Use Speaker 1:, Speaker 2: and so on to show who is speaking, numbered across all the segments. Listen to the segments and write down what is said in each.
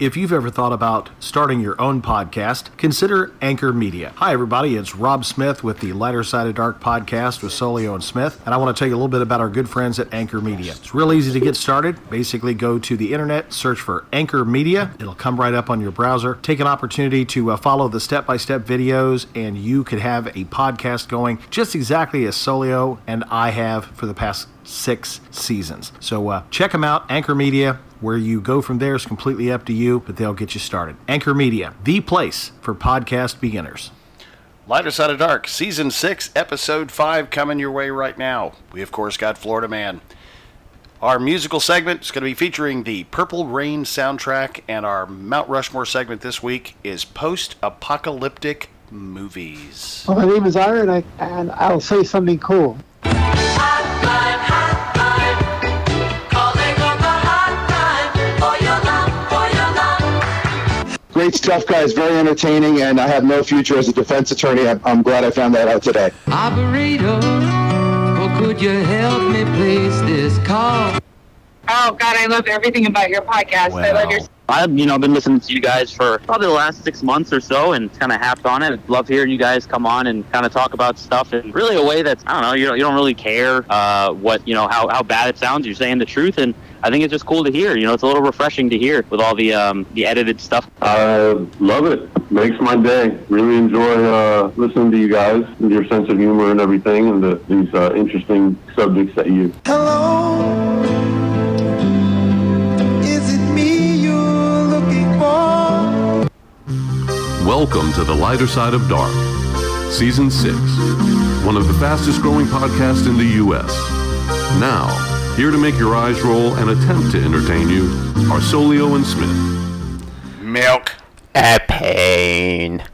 Speaker 1: If you've ever thought about starting your own podcast, consider Anchor Media. Hi, everybody. It's Rob Smith with the Lighter Side of Dark podcast with Solio and Smith. And I want to tell you a little bit about our good friends at Anchor Media. It's real easy to get started. Basically, go to the internet, search for Anchor Media. It'll come right up on your browser. Take an opportunity to uh, follow the step by step videos, and you could have a podcast going just exactly as Solio and I have for the past six seasons. So uh, check them out, Anchor Media. Where you go from there is completely up to you, but they'll get you started. Anchor Media, the place for podcast beginners.
Speaker 2: Lighter Side of Dark, Season 6, Episode 5, coming your way right now. We, of course, got Florida Man. Our musical segment is going to be featuring the Purple Rain soundtrack, and our Mount Rushmore segment this week is post apocalyptic movies.
Speaker 3: Well, my name is Ira, and, I, and I'll say something cool.
Speaker 4: Hotline, hotline, calling on the hotline for your love, for your love.
Speaker 5: Great stuff, guys. Very entertaining, and I have no future as a defense attorney. I'm, I'm glad I found that out today.
Speaker 6: Operator, oh, could you help me place this call?
Speaker 7: Oh God, I love everything about your podcast. I love your
Speaker 8: I've you know been listening to you guys for probably the last six months or so, and kind of happed on it. Love hearing you guys come on and kind of talk about stuff in really a way that's I don't know you don't you don't really care uh, what you know how how bad it sounds. You're saying the truth, and I think it's just cool to hear. You know, it's a little refreshing to hear with all the um, the edited stuff.
Speaker 9: I love it. Makes my day. Really enjoy uh, listening to you guys, and your sense of humor and everything, and the, these uh, interesting subjects that you
Speaker 10: Welcome to The Lighter Side of Dark, Season 6, one of the fastest growing podcasts in the U.S. Now, here to make your eyes roll and attempt to entertain you are Solio and Smith.
Speaker 2: Milk.
Speaker 11: A pain.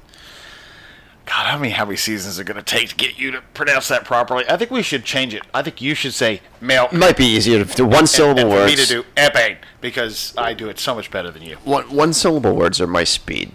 Speaker 2: God, how many how many seasons are going to take to get you to pronounce that properly? I think we should change it. I think you should say milk.
Speaker 11: Might be easier to one syllable
Speaker 2: and for
Speaker 11: words.
Speaker 2: me to do epane because I do it so much better than you.
Speaker 11: One one syllable words are my speed.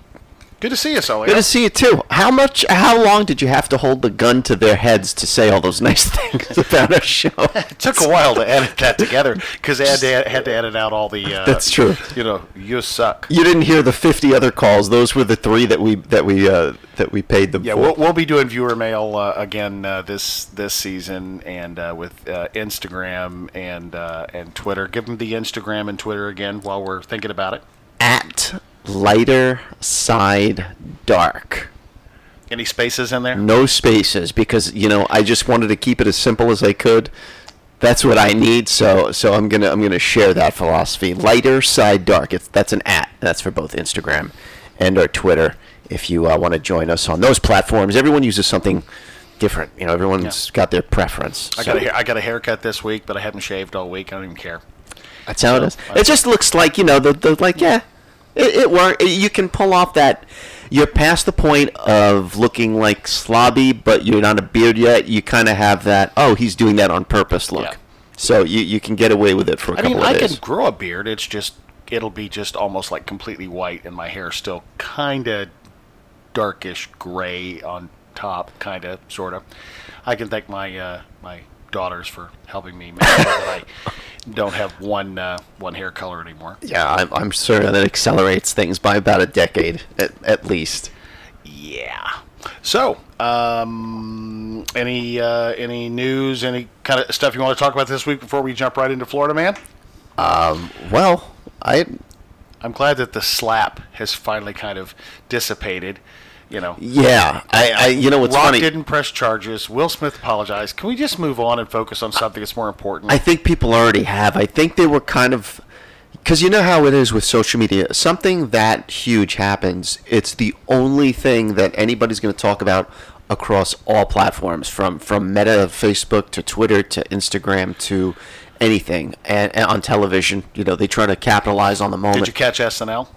Speaker 2: Good to see you, Sully.
Speaker 11: Good to see you too. How much? How long did you have to hold the gun to their heads to say all those nice things about our show?
Speaker 2: It took a while to edit that together because they had to, had to edit out all the. Uh,
Speaker 11: That's true.
Speaker 2: You know, you suck.
Speaker 11: You didn't hear the fifty other calls. Those were the three that we that we uh, that we paid them
Speaker 2: Yeah,
Speaker 11: for.
Speaker 2: we'll, we'll be doing viewer mail uh, again uh, this this season, and uh, with uh, Instagram and uh, and Twitter. Give them the Instagram and Twitter again while we're thinking about it.
Speaker 11: At lighter side dark.
Speaker 2: Any spaces in there?
Speaker 11: No spaces because you know I just wanted to keep it as simple as I could. That's what I need. So so I'm gonna I'm gonna share that philosophy. Lighter side dark. It's that's an at. That's for both Instagram and our Twitter. If you uh, want to join us on those platforms, everyone uses something different. You know, everyone's got their preference.
Speaker 2: I
Speaker 11: So
Speaker 2: got a, hair- I got a haircut this week, but I haven't shaved all week. I don't even care.
Speaker 11: that's how it is. It just looks like you know the, the like yeah, it it work. You can pull off that. You're past the point of looking like slobby, but you're not a beard yet. You kind of have that. Oh, he's doing that on purpose. Look,
Speaker 2: Yeah.
Speaker 11: so you you can get away with it for a
Speaker 2: I
Speaker 11: couple
Speaker 2: mean,
Speaker 11: of
Speaker 2: I
Speaker 11: days.
Speaker 2: can grow a beard. It's just it'll be just almost like completely white, and my hair's still kind of darkish gray on top, kind of, sort of. I can thank my uh, my daughters for helping me make sure that I don't have one uh, one hair color anymore.
Speaker 11: yeah, I'm, I'm certain that accelerates things by about a decade at, at least.
Speaker 2: Yeah. So, um, any uh, any news, any kind of stuff you want to talk about this week before we jump right into Florida Man? Oh.
Speaker 11: Well, I
Speaker 2: I'm glad that the slap has finally kind of dissipated. You know,
Speaker 11: yeah, I, I you know what's
Speaker 2: Rock
Speaker 11: funny?
Speaker 2: didn't press charges. Will Smith apologized. Can we just move on and focus on something that's more important?
Speaker 11: I think people already have. I think they were kind of because you know how it is with social media. Something that huge happens, it's the only thing that anybody's going to talk about across all platforms, from from Meta, Facebook to Twitter to Instagram to anything, and, and on television. You know, they try to capitalize on the moment.
Speaker 2: Did you catch SNL?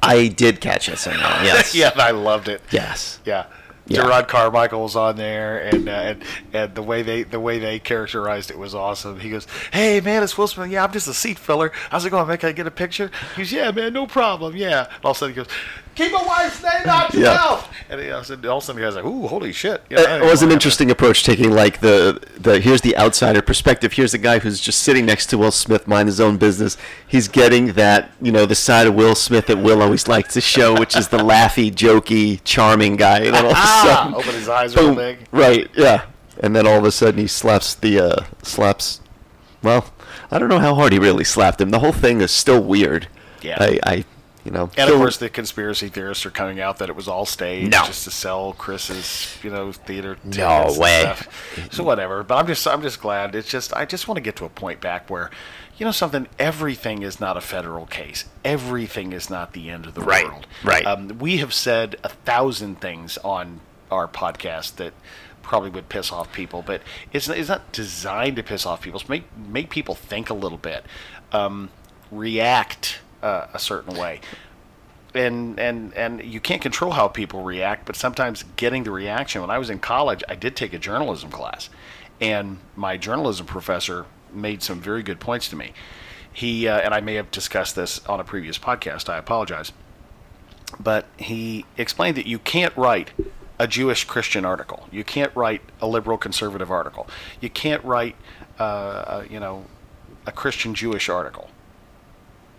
Speaker 11: I did catch SNL. Yes.
Speaker 2: yeah, I loved it.
Speaker 11: Yes.
Speaker 2: Yeah.
Speaker 11: Yeah.
Speaker 2: Gerard Carmichael was on there, and, uh, and and the way they the way they characterized it was awesome. He goes, "Hey man, it's Will Smith. Yeah, I'm just a seat filler. How's it going, man? Can I get a picture?" He goes, "Yeah, man, no problem. Yeah." And all of a sudden, he goes, Keep a wife's name out your
Speaker 8: Yeah.
Speaker 2: mouth. And you know, so all of a sudden, the guy's like, "Ooh, holy shit!" You know, I
Speaker 8: It
Speaker 2: didn't
Speaker 8: was an
Speaker 2: want
Speaker 8: interesting approach, taking like the the here's the outsider perspective. Here's the guy who's just sitting next to Will Smith, mind his own business. He's getting that you know the side of Will Smith that Will always likes to show, which is the laughy, jokey, charming guy. And then all of a
Speaker 2: Ah,
Speaker 8: sudden,
Speaker 2: open his eyes real
Speaker 8: boom.
Speaker 2: big.
Speaker 8: Right, yeah. And then all of a sudden, he slaps the uh, slaps. Well, I don't know how hard he really slapped him. The whole thing is still weird.
Speaker 2: Yeah.
Speaker 8: I, I you know.
Speaker 2: And
Speaker 8: still-
Speaker 2: of course, the conspiracy theorists are coming out that it was all staged
Speaker 8: No.
Speaker 2: just to sell Chris's, you know, theater. Tickets
Speaker 8: No
Speaker 2: and
Speaker 8: way.
Speaker 2: stuff. So whatever. But I'm just, I'm just glad. It's just, I just want to get to a point back where, you know, something. Everything is not a federal case. Everything is not the end of the
Speaker 8: Right,
Speaker 2: world.
Speaker 8: right.
Speaker 2: Um, we have said a thousand things on our podcast that probably would piss off people, but it's, it's not designed to piss off people. It's make make people think a little bit, um, react uh, a certain way and and and you can't control how people react but sometimes getting the reaction when i was in college i did take a journalism class and my journalism professor made some very good points to me he uh, and i may have discussed this on a previous podcast i apologize but he explained that you can't write a Jewish Christian article. You can't write a liberal conservative article. You can't write, uh, uh, you know, a Christian Jewish article.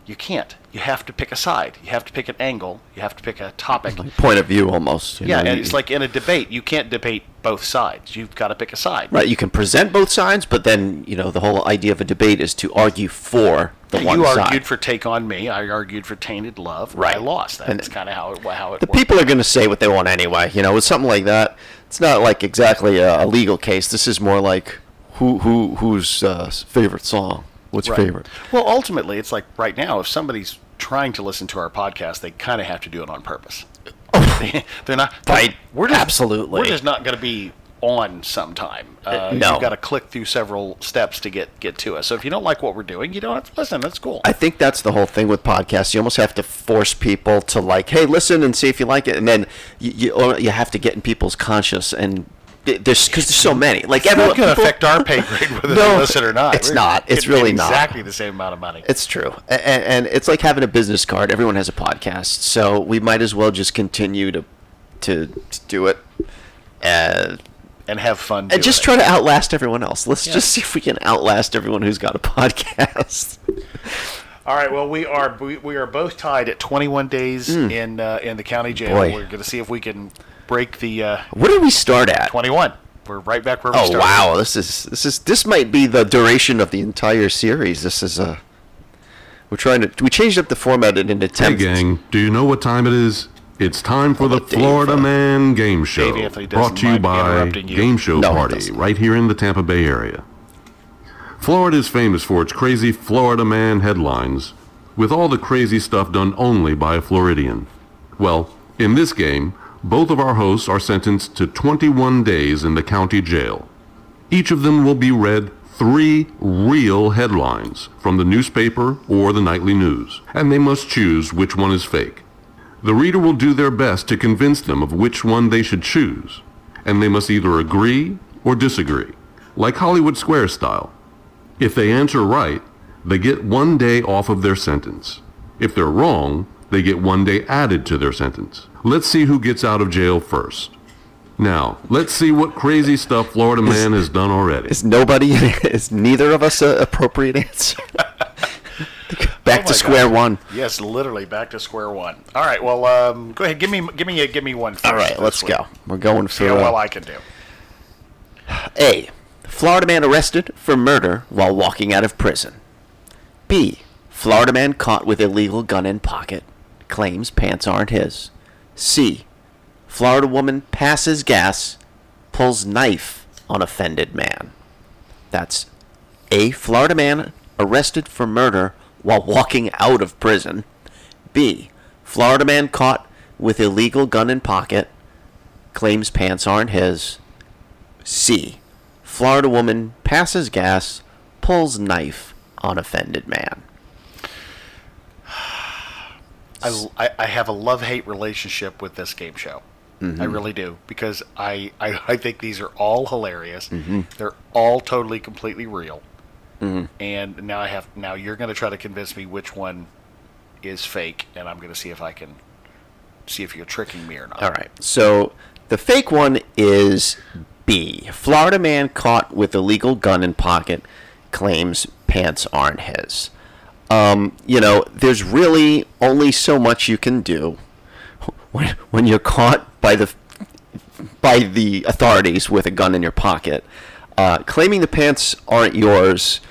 Speaker 2: You can't. You have to pick a side. You have to pick an angle. You have to pick a topic.
Speaker 8: point of view almost. you
Speaker 2: yeah,
Speaker 8: know,
Speaker 2: and
Speaker 8: you-
Speaker 2: it's like in a debate. You can't debate both sides. You've got to pick a side.
Speaker 8: Right, you can present both sides, but then you know the whole idea of a debate is to argue for the
Speaker 2: you
Speaker 8: one side.
Speaker 2: argued for "Take on Me." I argued for "Tainted Love."
Speaker 8: Right.
Speaker 2: I lost.
Speaker 8: And
Speaker 2: That's kind of how it how it
Speaker 8: the
Speaker 2: works.
Speaker 8: people are going to say what they want anyway. You know, with something like that, it's not like exactly a, a legal case. This is more like who who whose uh, favorite song? What's your
Speaker 2: Right.
Speaker 8: favorite?
Speaker 2: Well, ultimately, it's like right now, if somebody's trying to listen to our podcast, they kind of have to do it on purpose. They- They're not.
Speaker 8: Right.
Speaker 2: We're just,
Speaker 8: Absolutely.
Speaker 2: We're just not going to be on sometime. Uh,
Speaker 8: no.
Speaker 2: You've got to click through several steps to get get to us. So if you don't like what we're doing, you don't have to listen. That's cool.
Speaker 8: I think that's the whole thing with podcasts. You almost have to force people to like, hey, listen and see if you like it, and then you you, or you have to get in people's conscious and. th- There's because there's so many. Like
Speaker 2: it's
Speaker 8: everyone,
Speaker 2: not going to
Speaker 8: people-
Speaker 2: affect our pay grade whether
Speaker 8: No,
Speaker 2: they listen or not.
Speaker 8: it's not. It's
Speaker 2: getting
Speaker 8: really not.
Speaker 2: Exactly the same amount of money.
Speaker 8: It's true, and, and it's like having a business card. Everyone has a podcast, so we might as well just continue to to, to do it, uh,
Speaker 2: and have fun.
Speaker 8: and just try to outlast everyone else. Let's
Speaker 2: Yeah.
Speaker 8: just see if we can outlast everyone who's got a podcast.
Speaker 2: All right. Well, we are we, we are both tied at 21 days
Speaker 8: Mm.
Speaker 2: in uh, in the county jail.
Speaker 8: Boy.
Speaker 2: We're going to see if we can break the uh,
Speaker 8: What did we start at?
Speaker 2: 21. We're right back where we
Speaker 8: Oh
Speaker 2: started.
Speaker 8: wow, this is this is this might be the duration of the entire series. This is a we're trying to we changed up the format in an
Speaker 11: Hey,
Speaker 8: attempt.
Speaker 11: gang, do you know what time it is? It's time for the Florida Man Game Show.
Speaker 2: uh, Dave Anthony doesn't
Speaker 11: Brought to you
Speaker 2: mind me
Speaker 11: by
Speaker 2: interrupting you.
Speaker 11: Game Show
Speaker 8: No, he
Speaker 11: Party,
Speaker 8: doesn't.
Speaker 11: right here in the Tampa Bay area. Florida is famous for its crazy Florida Man headlines, with all the crazy stuff done only by a Floridian. Well, in this game, both of our hosts are sentenced to 21 days in the county jail. Each of them will be read three real headlines from the newspaper or the nightly news, and they must choose which one is fake. The reader will do their best to convince them of which one they should choose, and they must either agree or disagree, like Hollywood Square style. If they answer right, they get one day off of their sentence. If they're wrong, they get one day added to their sentence. Let's see who gets out of jail first. Now, let's see what crazy stuff Florida Man has done already.
Speaker 8: Is nobody is neither of us a appropriate answer?
Speaker 2: Oh my
Speaker 8: Back to square
Speaker 2: God.
Speaker 8: one.
Speaker 2: Yes, literally back to square one. All right. Well, um, go ahead. Give me give me a, give me one. First
Speaker 8: All right,
Speaker 2: this
Speaker 8: let's
Speaker 2: week.
Speaker 8: go. We're going
Speaker 2: See
Speaker 8: for
Speaker 2: how
Speaker 8: uh,
Speaker 2: well I can do.
Speaker 8: A. Florida man arrested for murder while walking out of prison. B. Florida man caught with illegal gun in pocket. Claims pants aren't his. C. Florida woman passes gas, pulls knife on offended man. That's A. Florida man arrested for murder while walking out of prison. B. Florida man caught with illegal gun in pocket. Claims pants aren't his. C. Florida woman passes gas, pulls knife on offended man.
Speaker 2: I, I, I have a love hate relationship with this game show. I
Speaker 8: Mm-hmm.
Speaker 2: really do because I, I, I think these are all hilarious.
Speaker 8: Mm-hmm.
Speaker 2: They're all totally completely real. And now I have now you're going to try to convince me which one is fake, and I'm going to see if I can see if you're tricking me or not.
Speaker 8: All right. So the fake one is B. Florida man caught with illegal gun in pocket claims pants aren't his. Um, you know, there's really only so much you can do when, when you're caught by the by the authorities with a gun in your pocket. Uh, claiming the pants aren't yours,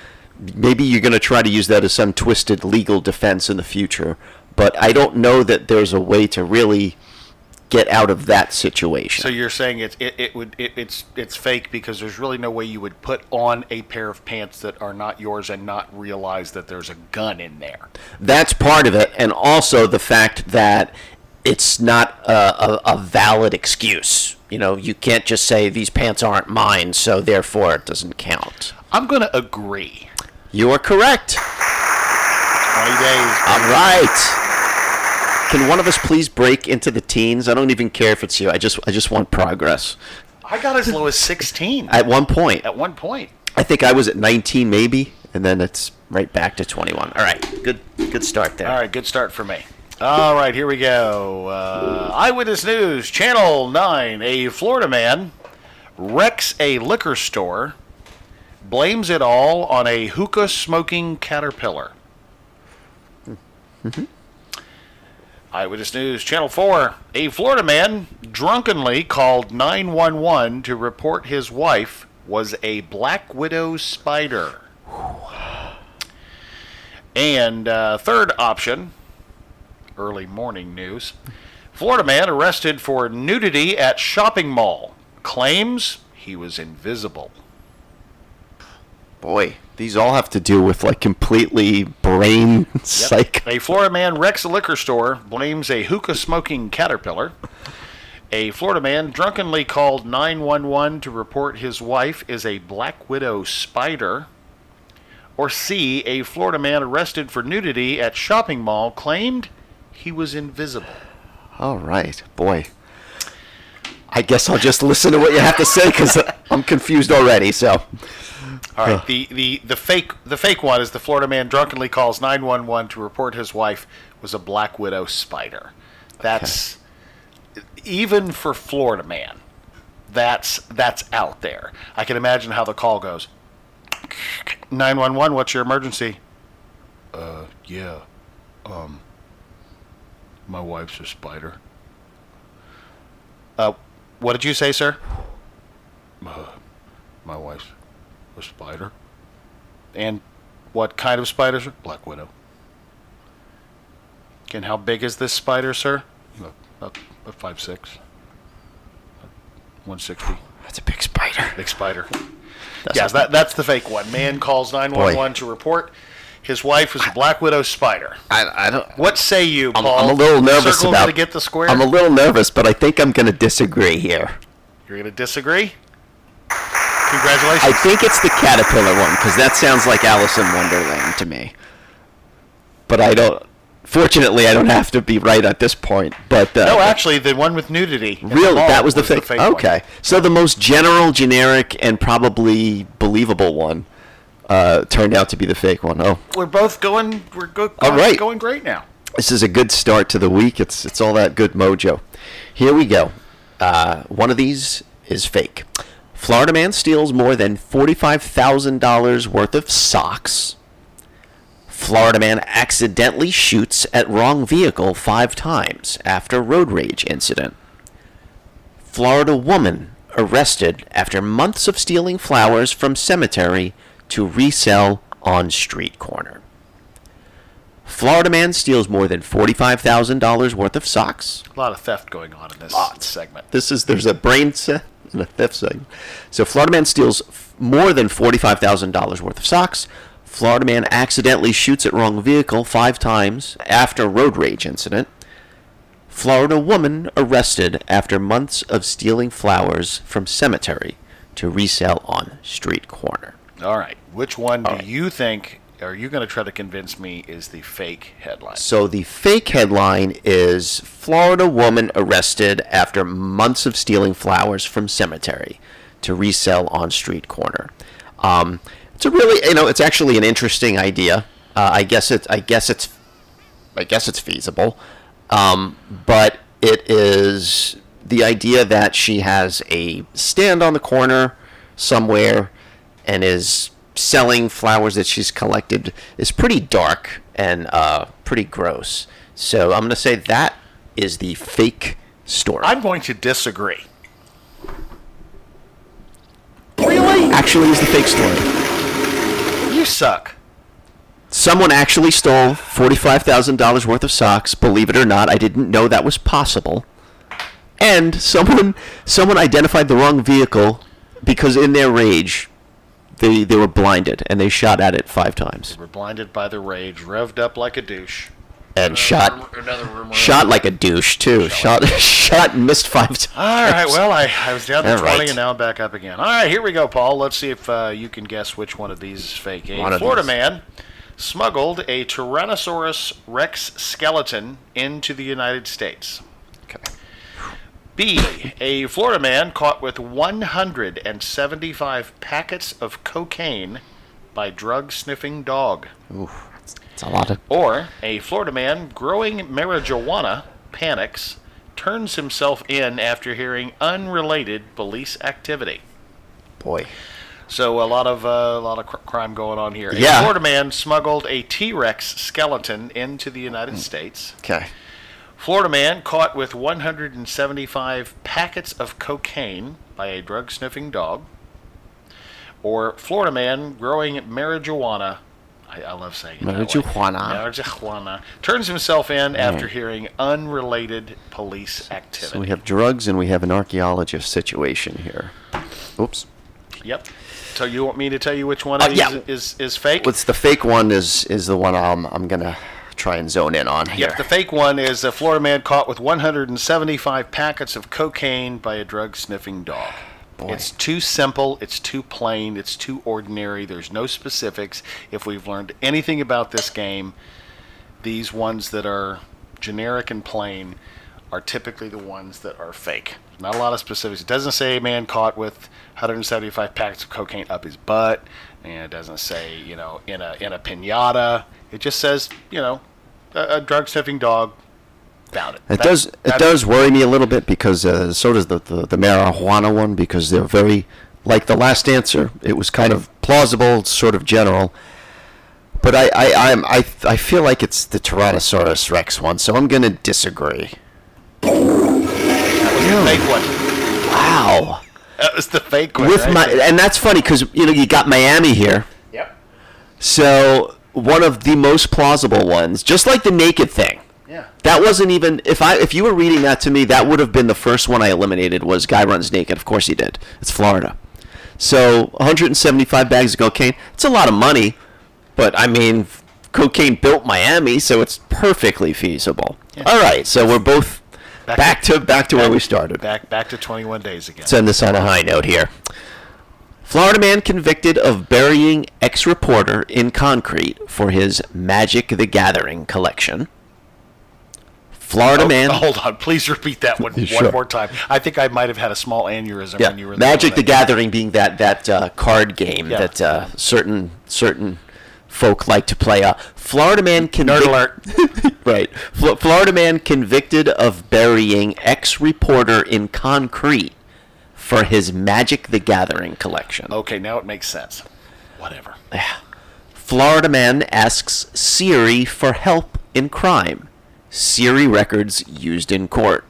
Speaker 8: maybe you're going to try to use that as some twisted legal defense in the future. But I don't know that there's a way to really get out of that situation.
Speaker 2: So you're saying it's it, it would it, it's it's fake because there's really no way you would put on a pair of pants that are not yours and not realize that there's a gun in there.
Speaker 8: That's part of it, and also the fact that it's not a, a, a valid excuse. You know, you can't just say these pants aren't mine, so therefore it doesn't count.
Speaker 2: I'm going to agree.
Speaker 8: You are correct.
Speaker 2: 20 days.
Speaker 8: All right. Can one of us please break into the teens? I don't even care if it's you. I just I just want progress.
Speaker 2: I got as low as 16
Speaker 8: At one point,
Speaker 2: at one point.
Speaker 8: I think I was at 19 maybe, and then it's right back to 21. All right, good good start there.
Speaker 2: All right, good start for me. All right, here we go. Uh, Eyewitness News, Channel 9. A Florida man wrecks a liquor store, blames it all on a hookah smoking caterpillar. Hmm. Eyewitness News, Channel 4. A Florida man drunkenly called 911 to report his wife was a black widow spider. And uh, third option early morning news. Florida man arrested for nudity at shopping mall. Claims he was invisible.
Speaker 8: Boy, these all have to do with like completely brain psych.
Speaker 2: A Florida man wrecks a liquor store, blames a hookah smoking caterpillar. A Florida man drunkenly called 911 to report his wife is a black widow spider. Or C, a Florida man arrested for nudity at shopping mall claimed he was invisible.
Speaker 8: All right, boy. I guess I'll just listen to what you have to say because I'm confused already. So,
Speaker 2: All right, the, the, the fake the fake one is the Florida man drunkenly calls 911 to report his wife was a black widow spider. That's even for Florida man. That's that's out there. I can imagine how the call goes. 911, what's your emergency? Uh, yeah. Um my wife's a spider. Uh, what did you say, sir? Uh, my wife's a spider. And what kind of spider, sir? Black widow. And how big is this spider, sir? About, about, about five six. One sixty.
Speaker 8: That's a big spider.
Speaker 2: Big spider. yes, that, that's the fake one. Man calls nine one one to report his wife was a black widow spider.
Speaker 8: I, I don't.
Speaker 2: What say you,
Speaker 8: I'm,
Speaker 2: Paul?
Speaker 8: I'm a little nervous
Speaker 2: Circle
Speaker 8: about.
Speaker 2: to get the square.
Speaker 8: I'm a little nervous, but I think I'm going to disagree here.
Speaker 2: You're gonna disagree? Congratulations.
Speaker 8: I think it's the caterpillar one because that sounds like Alice in Wonderland to me. But I don't. Fortunately, I don't have to be right at this point. But uh,
Speaker 2: no, Oh, actually, the one with nudity. in the
Speaker 8: really,
Speaker 2: mall
Speaker 8: that was the fake.
Speaker 2: one.
Speaker 8: okay, so the most general, generic, and probably believable one uh, turned out to be the fake one. Oh,
Speaker 2: We're both going. We're go-
Speaker 8: All
Speaker 2: going-
Speaker 8: right.
Speaker 2: going great now.
Speaker 8: this is a good start to the week. It's it's all that good mojo. Here we go. Uh, one of these is fake. Florida man steals more than forty-five thousand dollars worth of socks. Florida man accidentally shoots at wrong vehicle five times after road rage incident. Florida woman arrested after months of stealing flowers from cemetery to resell on street corner. Florida man steals more than $45,000 worth of socks.
Speaker 2: A lot of theft going on in this segment.
Speaker 8: This is there's a brain set and a theft segment. So Florida man steals f- more than forty-five thousand dollars worth of socks. Florida man accidentally shoots at wrong vehicle five times after road rage incident. Florida woman arrested after months of stealing flowers from cemetery to resell on street corner.
Speaker 2: All right. Which one do you think are you going to try to convince me is the fake headline?
Speaker 8: So the fake headline is Florida woman arrested after months of stealing flowers from cemetery to resell on street corner. Um, it's a really, you know, it's actually an interesting idea. Uh, I guess it's, I guess it's, I guess it's feasible. Um, but It is the idea that she has a stand on the corner somewhere and is selling flowers that she's collected is pretty dark and uh, pretty gross. So I'm going to say that is the fake story.
Speaker 2: I'm going to disagree.
Speaker 8: Actually, is the fake story.
Speaker 2: You suck.
Speaker 8: Someone actually stole forty-five thousand dollars worth of socks. Believe it or not, I didn't know that was possible. And someone, someone identified the wrong vehicle because in their rage, they they were blinded and they shot at it five times
Speaker 2: We're blinded by the rage, revved up like a douche.
Speaker 8: and shot, shot like a douche too. Shot, shot, and missed five times.
Speaker 2: All right, well, I, I was down to
Speaker 8: All
Speaker 2: 20
Speaker 8: right.
Speaker 2: and now I'm back up again. All right, here we go, Paul. Let's see if uh, you can guess which one of these is fake. A
Speaker 8: One of
Speaker 2: Florida
Speaker 8: these.
Speaker 2: man smuggled a Tyrannosaurus rex skeleton into the United States. B. A Florida man caught with 175 packets of cocaine by drug sniffing dog.
Speaker 8: Oof, it's a lot of.
Speaker 2: Or a Florida man growing marijuana panics, turns himself in after hearing unrelated police activity.
Speaker 8: Boy.
Speaker 2: So a lot of uh, a lot of cr- crime going on here.
Speaker 8: Yeah.
Speaker 2: A Florida man smuggled a T-Rex skeleton into the United States.
Speaker 8: Hmm. Okay.
Speaker 2: Florida man caught with 175 packets of cocaine by a drug-sniffing dog. Or Florida man growing marijuana. I, I love saying it that way.
Speaker 8: Marijuana.
Speaker 2: Marijuana. Turns himself in after hearing unrelated police activity.
Speaker 8: So we have drugs and we have an archaeologist situation here. Oops.
Speaker 2: Yep. So you want me to tell you which one of
Speaker 8: Uh,
Speaker 2: these
Speaker 8: yeah.
Speaker 2: is, is fake?
Speaker 8: What's the fake one is is the one I'm I'm gonna try and zone in on here.
Speaker 2: Yep, the fake one is a Florida man caught with 175 packets of cocaine by a drug sniffing dog. It's too simple, it's too plain, it's too ordinary. There's no specifics. If we've learned anything about this game, these ones that are generic and plain are typically the ones that are fake. Not a lot of specifics. It doesn't say a man caught with 175 packets of cocaine up his butt, and it doesn't say you know in a in a pinata. It just says you know a, a drug sniffing dog found it.
Speaker 8: It does it does worry me a little bit because uh, so does the, the the marijuana one because they're very like the last answer. It was kind of plausible, sort of general. But I I I'm, I I feel like it's the Tyrannosaurus Rex one, so I'm gonna disagree.
Speaker 2: the fake one.
Speaker 8: Wow.
Speaker 2: That was the fake one.
Speaker 8: With
Speaker 2: right?
Speaker 8: my and that's funny because you know you got Miami here.
Speaker 2: Yep.
Speaker 8: So one of the most plausible ones, just like the naked thing.
Speaker 2: Yeah.
Speaker 8: That wasn't even if I if you were reading that to me, that would have been the first one I eliminated was guy runs naked. Of course he did. It's Florida. So 175 bags of cocaine. It's a lot of money, but I mean cocaine built Miami, so it's perfectly feasible. All right, so we're both
Speaker 2: Back-
Speaker 8: back, to back to where we started.
Speaker 2: Back back to 21 days again.
Speaker 8: Let's end this on a high note here. Florida man convicted of burying ex reporter in concrete for his Magic the Gathering collection. Florida
Speaker 2: Oh,
Speaker 8: man.
Speaker 2: hold on. Please repeat that one
Speaker 8: Sure.
Speaker 2: one more time. I think I might have had a small aneurysm when you
Speaker 8: yeah,
Speaker 2: were
Speaker 8: Magic the
Speaker 2: doing that.
Speaker 8: Gathering being that that uh, card game
Speaker 2: Yeah.
Speaker 8: that uh, certain certain folk like to play. Uh, Florida man
Speaker 2: Nerd
Speaker 8: convicted.
Speaker 2: alert.
Speaker 8: right. Fl- Florida man convicted of burying ex reporter in concrete for his Magic the Gathering collection.
Speaker 2: Okay, now it makes sense. Whatever.
Speaker 8: Florida man asks Siri for help in crime. Siri records used in court.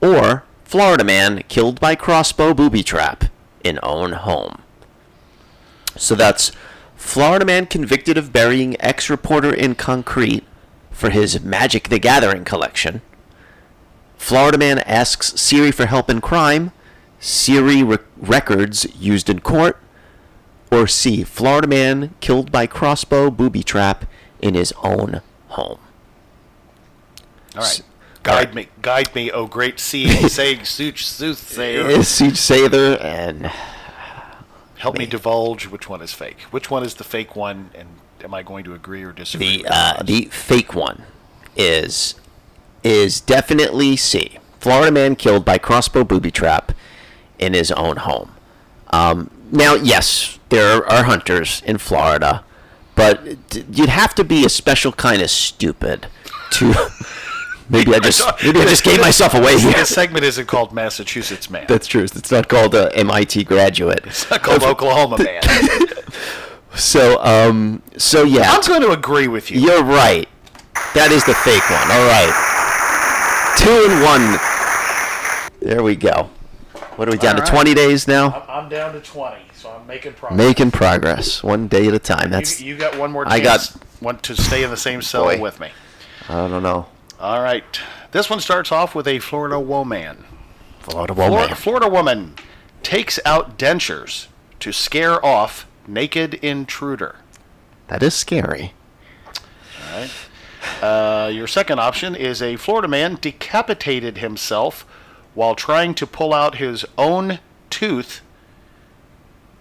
Speaker 8: Or Florida man killed by crossbow booby trap in own home. So that's Florida man convicted of burying ex reporter in concrete for his Magic the Gathering collection. Florida man asks Siri for help in crime. Siri re- records used in court. Or C, Florida man killed by crossbow booby trap in his own home.
Speaker 2: All right. Guide me, guide me, oh great seeing, saying, sooth, soothsayer.
Speaker 8: Is Siege Sather and
Speaker 2: Help me divulge which one is fake. Which one is the fake one, and am I going to agree or disagree?
Speaker 8: the uh, the fake one is is definitely C. Florida man killed by crossbow booby trap in his own home. Um, now, yes, there are hunters in Florida, but d- you'd have to be a special kind of stupid to Maybe I just maybe I just gave myself away
Speaker 2: This-
Speaker 8: here.
Speaker 2: This segment isn't called Massachusetts Man.
Speaker 8: That's true. It's not called a MIT graduate.
Speaker 2: It's not called Oklahoma Man.
Speaker 8: So um so yeah.
Speaker 2: I'm going to agree with you.
Speaker 8: You're right. That is the fake one. All right. Two and one. There we go. What are we
Speaker 2: All
Speaker 8: down to?
Speaker 2: right.
Speaker 8: 20 days now.
Speaker 2: I'm down to 20, so I'm making progress.
Speaker 8: Making progress, one day at a time. That's.
Speaker 2: You, you got one more chance.
Speaker 8: I got.
Speaker 2: Want to stay in the same cell
Speaker 8: Boy.
Speaker 2: with me.
Speaker 8: I don't know.
Speaker 2: All right. This one starts off with a Florida woman.
Speaker 8: Florida
Speaker 2: Flor-
Speaker 8: woman.
Speaker 2: Florida woman takes out dentures to scare off naked intruder.
Speaker 8: That is scary.
Speaker 2: All right. Uh, your second option is a Florida man decapitated himself while trying to pull out his own tooth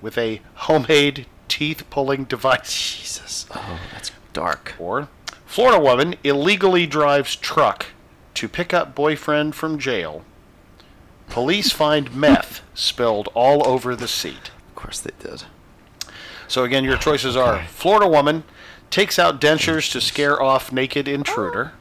Speaker 2: with a homemade teeth pulling device.
Speaker 8: Jesus. Oh, that's dark.
Speaker 2: Or Florida woman illegally drives truck to pick up boyfriend from jail. Police find meth spilled all over the seat.
Speaker 8: Of course they did.
Speaker 2: So again, your choices are Florida woman takes out dentures to scare off naked intruder.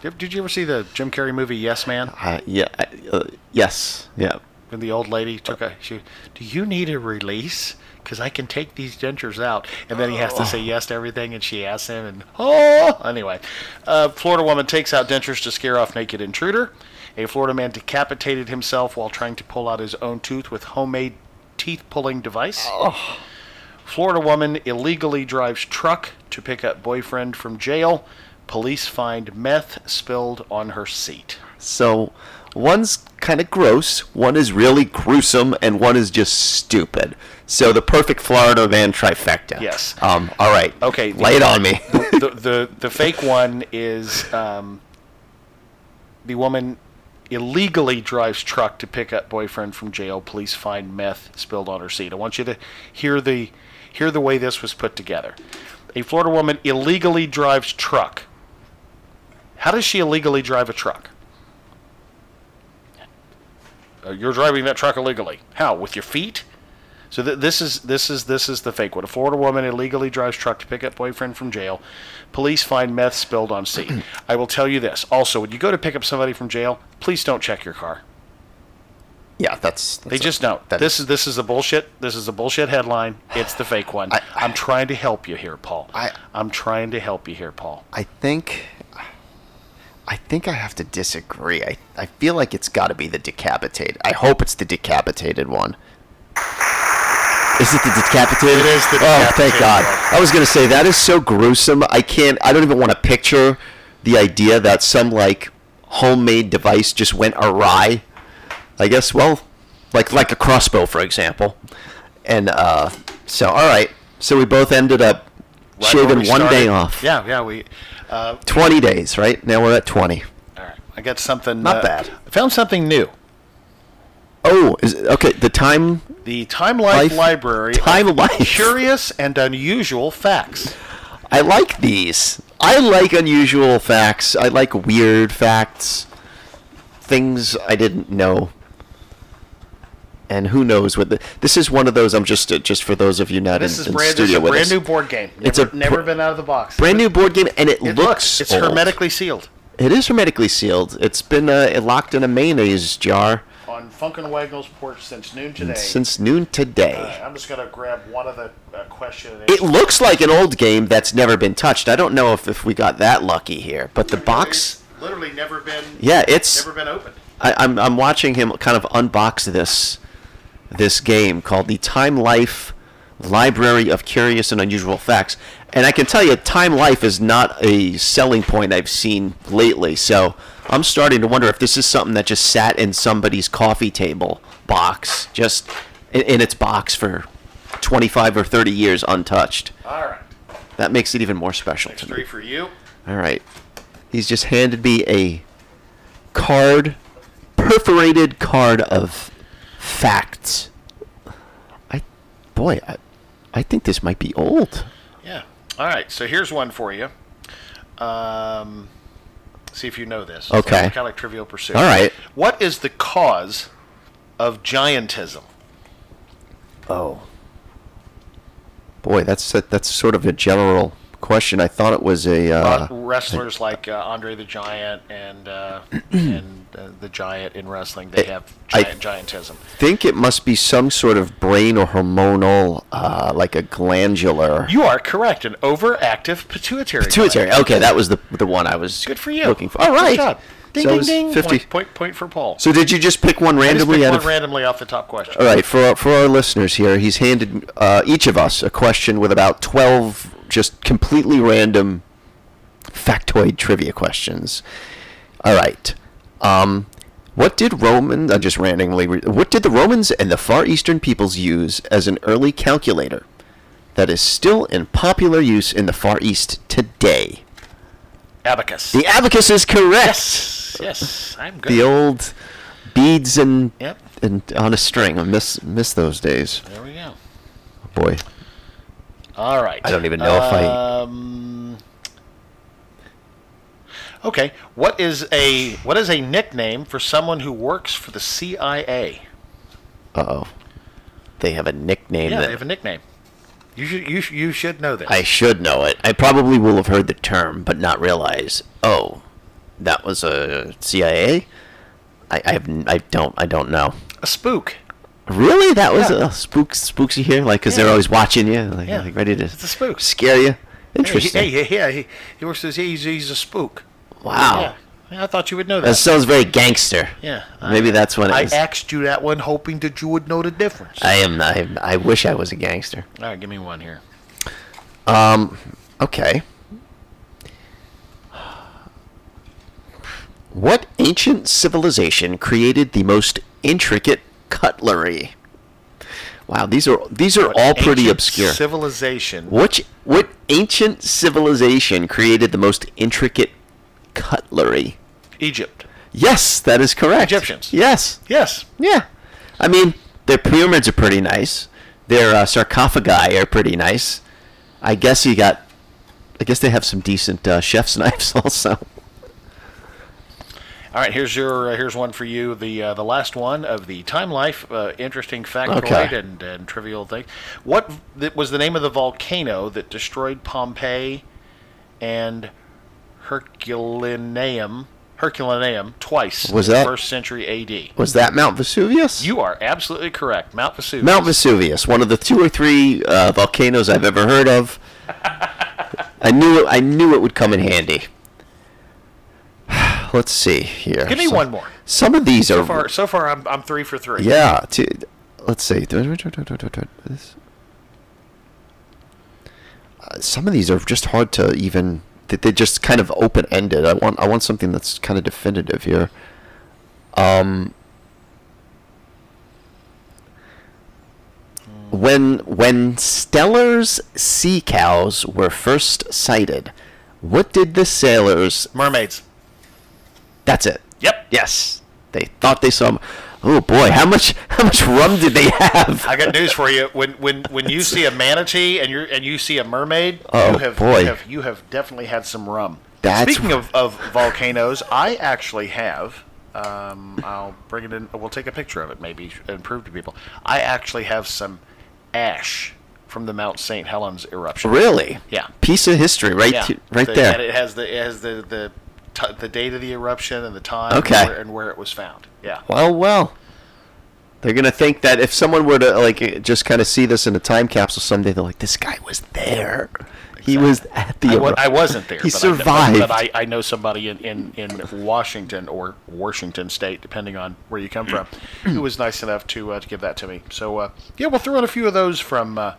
Speaker 2: Did did you ever see the Jim Carrey movie Yes Man?
Speaker 8: Uh, yeah. Oh. I- Uh, yes. Yeah.
Speaker 2: When the old lady took a, she, do you need a release? Because I can take these dentures out. And then he has to say yes to everything, and she asks him, and oh! Anyway, uh, Florida woman takes out dentures to scare off naked intruder. A Florida man decapitated himself while trying to pull out his own tooth with homemade teeth pulling device. Florida woman illegally drives truck to pick up boyfriend from jail. Police find meth spilled on her seat.
Speaker 8: So one's kind of gross, one is really gruesome, and one is just stupid. So the perfect Florida man trifecta.
Speaker 2: Yes.
Speaker 8: Um. All right.
Speaker 2: Okay.
Speaker 8: Lay it on me.
Speaker 2: the, the the fake one is um, the woman illegally drives truck to pick up boyfriend from jail. Police find meth spilled on her seat. I want you to hear the hear the way this was put together. A Florida woman illegally drives truck. How does she illegally drive a truck? Uh, You're driving that truck illegally. How? With your feet? So th- this is this is this is the fake one. A Florida woman illegally drives truck to pick up boyfriend from jail. Police find meth spilled on seat. I will tell you this. Also, when you go to pick up somebody from jail, please don't check your car.
Speaker 8: yeah. That's.
Speaker 2: They just don't.
Speaker 8: that
Speaker 2: This is this is a bullshit. This is a bullshit headline. It's the fake one. I, am trying to help you here, Paul. I, I'm trying to help you here, Paul.
Speaker 8: I think. I think I have to disagree. I, I feel like it's got to be the decapitated. I hope it's the decapitated one. Is it the decapitated?
Speaker 2: It is the
Speaker 8: Oh, thank
Speaker 2: decapitated
Speaker 8: God.
Speaker 2: one.
Speaker 8: I was gonna say that is so gruesome. I can't. I don't even want to picture the idea that some like homemade device just went awry. I guess well, like like a crossbow, for example. And uh, so all right. So we both ended up
Speaker 2: Right where
Speaker 8: shaving
Speaker 2: we
Speaker 8: one day
Speaker 2: started-
Speaker 8: off.
Speaker 2: Yeah, yeah. We uh,
Speaker 8: 20 days, right? Now we're at 20.
Speaker 2: I got something.
Speaker 8: Not
Speaker 2: uh,
Speaker 8: bad.
Speaker 2: I found something new.
Speaker 8: Oh, is okay, the time
Speaker 2: The Time Life,
Speaker 8: Life-
Speaker 2: Library. of
Speaker 8: Time Life.
Speaker 2: Curious and unusual facts.
Speaker 8: I like these. I like unusual facts. I like weird facts. Things I didn't know. And who knows what the, this is one of those I'm just uh, just for those of you not
Speaker 2: This
Speaker 8: in,
Speaker 2: is
Speaker 8: in
Speaker 2: brand, this is
Speaker 8: studio
Speaker 2: a
Speaker 8: with
Speaker 2: brand
Speaker 8: us.
Speaker 2: new board game. Never,
Speaker 8: It's a
Speaker 2: never
Speaker 8: br-
Speaker 2: been out of the box.
Speaker 8: Brand new board game and it,
Speaker 2: It
Speaker 8: looks
Speaker 2: looks. It's
Speaker 8: old.
Speaker 2: hermetically sealed
Speaker 8: It is hermetically sealed. It's been uh, locked in a mayonnaise jar
Speaker 2: on Funkin' Wagnall's porch since noon today.
Speaker 8: since noon today.
Speaker 2: Uh, I'm just gonna grab one of the uh, question.
Speaker 8: It looks like an old game that's never been touched. I don't know if, if we got that lucky here, but the box.
Speaker 2: literally never been.
Speaker 8: Yeah, it's-
Speaker 2: never been opened.
Speaker 8: I, I'm I'm watching him kind of unbox this this game called the Time Life Library of Curious and Unusual Facts, and I can tell you, Time Life is not a selling point I've seen lately. So I'm starting to wonder if this is something that just sat in somebody's coffee table box, just in, in its box for 25 or 30 years untouched.
Speaker 2: All right,
Speaker 8: That makes it even more special to me.
Speaker 2: three for you.
Speaker 8: All right. He's just handed me a card, perforated card of facts. I, boy, I, I think this might be old.
Speaker 2: Yeah. All right. So here's one for you. Um, see if you know this.
Speaker 8: Okay.
Speaker 2: Kind of like Trivial Pursuit.
Speaker 8: All right.
Speaker 2: What is the cause of giantism?
Speaker 8: Oh. Boy, that's a, that's sort of a general
Speaker 11: question. I thought it was a.
Speaker 2: Uh,
Speaker 11: Uh,
Speaker 2: wrestlers like uh, Andre the Giant and uh, and uh, the Giant in wrestling, they have
Speaker 11: I-
Speaker 2: giant giantism.
Speaker 11: think it must be some sort of brain or hormonal, uh, like a glandular.
Speaker 2: You are correct. An overactive pituitary.
Speaker 11: Pituitary.
Speaker 2: gland.
Speaker 11: Okay, that was the the one I was
Speaker 2: Good for you.
Speaker 11: looking for. All right.
Speaker 2: Good job. Ding
Speaker 11: So it
Speaker 2: ding
Speaker 11: was
Speaker 2: ding.
Speaker 11: 50.
Speaker 2: Point, point point for Paul.
Speaker 11: So did you just pick one randomly
Speaker 2: I just picked
Speaker 11: out
Speaker 2: one
Speaker 11: of-
Speaker 2: randomly off the top question.
Speaker 11: All right, for our, for our listeners here, he's handed uh, each of us a question with about 12 just completely random factoid trivia questions. All right. Um, what did Roman, I'm just randomly, re- what did the Romans and the Far Eastern peoples use as an early calculator that is still in popular use in the Far East today?
Speaker 2: Abacus.
Speaker 11: The abacus is correct.
Speaker 2: Yes. Yes. I'm good.
Speaker 11: The old beads and,
Speaker 2: Yep.
Speaker 11: and on a string. I miss, miss those days.
Speaker 2: There we go.
Speaker 11: Boy.
Speaker 2: All right.
Speaker 11: I don't even know if I-
Speaker 2: Um, okay. What is a what is a nickname for someone who works for the CIA?
Speaker 11: Uh oh. They have a nickname
Speaker 2: yeah,
Speaker 11: that
Speaker 2: they have a nickname. You should you, sh- you should know this.
Speaker 11: I should know it. I probably will have heard the term, but not realize. Oh, that was a CIA. I I, have, n- I don't I don't know.
Speaker 2: a spook.
Speaker 11: Really, that was
Speaker 2: Yeah.
Speaker 11: a spook spooks you hear like because they're
Speaker 2: Yeah.
Speaker 11: always watching you, like,
Speaker 2: Yeah.
Speaker 11: like ready to
Speaker 2: It's a spook.
Speaker 11: scare you. Interesting.
Speaker 2: Hey, he- hey, yeah, he, he works as he's, he's a spook.
Speaker 11: Wow.
Speaker 2: Yeah. Yeah, I thought you would know that.
Speaker 11: That sounds very gangster.
Speaker 2: Yeah,
Speaker 11: Maybe that's when it
Speaker 2: I
Speaker 11: was.
Speaker 2: asked you that one, hoping that you would know the difference.
Speaker 11: I am. I, I wish I was a gangster.
Speaker 2: All right, give me one here.
Speaker 11: Um. Okay. What ancient civilization created the most intricate cutlery? Wow, these are these are all pretty
Speaker 2: Ancient
Speaker 11: obscure.
Speaker 2: Civilization.
Speaker 11: Which what ancient civilization created the most intricate cutlery?
Speaker 2: Egypt.
Speaker 11: Yes, that is correct.
Speaker 2: Egyptians.
Speaker 11: Yes.
Speaker 2: Yes.
Speaker 11: Yeah. I mean, their pyramids are pretty nice. Their uh, sarcophagi are pretty nice. I guess you got. I guess they have some decent uh, chef's knives also.
Speaker 2: All right, here's your uh, here's one for you. The uh, the last one of the time life uh, interesting factoid
Speaker 11: Okay.
Speaker 2: and, and trivial thing. What v- that was the name of the volcano that destroyed Pompeii and Herculaneum? Herculaneum twice.
Speaker 11: Was
Speaker 2: in the
Speaker 11: that-
Speaker 2: first century A.D.
Speaker 11: Was that Mount Vesuvius?
Speaker 2: You are absolutely correct. Mount Vesuvius.
Speaker 11: Mount Vesuvius, one of the two or three uh, volcanoes I've ever heard of. I knew it, I knew it would come in handy. Let's see here.
Speaker 2: Give me
Speaker 11: Some-
Speaker 2: one more.
Speaker 11: Some of these
Speaker 2: So
Speaker 11: are
Speaker 2: far, so far, I'm I'm three for three.
Speaker 11: Yeah. T- let's see. This- Uh, Some of these are just hard to even. they- They're just kind of open ended. I want. I want something that's kind of definitive here. Um. When when Stellar's sea cows were first sighted, what did the sailors?
Speaker 2: Mermaids.
Speaker 11: That's it.
Speaker 2: Yep.
Speaker 11: Yes. They thought they saw. Oh boy, how much how much rum did they have?
Speaker 2: I got news for you. When when when you see a manatee and you and you see a mermaid,
Speaker 11: Oh,
Speaker 2: you have
Speaker 11: boy.
Speaker 2: you have you have definitely had some rum.
Speaker 11: That's-
Speaker 2: Speaking of, of volcanoes, I actually have. Um, I'll bring it in. We'll take a picture of it, maybe, and prove to people. I actually have some ash from the Mount St. Helens eruption.
Speaker 11: Really?
Speaker 2: Yeah.
Speaker 11: Piece of history right th- right
Speaker 2: The- And
Speaker 11: there.
Speaker 2: it has the it has the the, t- the date of the eruption and the time
Speaker 11: Okay.
Speaker 2: and, where, and where it was found. Yeah.
Speaker 11: Well, well. They're gonna think that if someone were to like eh, just kind of see this in a time capsule someday, they're like, "This guy was there. He was at the."
Speaker 2: I, wa-
Speaker 11: erupt-
Speaker 2: I wasn't there.
Speaker 11: He
Speaker 2: but
Speaker 11: survived.
Speaker 2: I, but I, I know somebody in, in, in Washington or Washington State, depending on where you come from, who was nice enough to uh, to give that to me. So uh, yeah, we'll throw in a few of those from uh,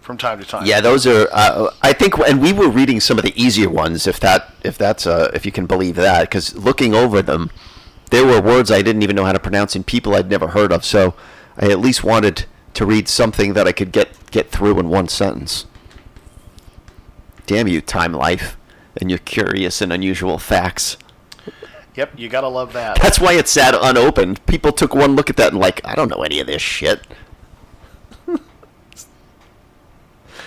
Speaker 2: from time to time.
Speaker 11: yeah, those are. Uh, I think, and we were reading some of the easier ones, if that, if that's, uh, if you can believe that, because looking over them, there were words I didn't even know how to pronounce and people I'd never heard of. So I at least wanted to read something that I could get get through in one sentence. Damn you, time life, and your curious and unusual facts.
Speaker 2: Yep, you gotta love that.
Speaker 11: That's why it sat unopened. People took one look at that and like, I don't know any of this shit.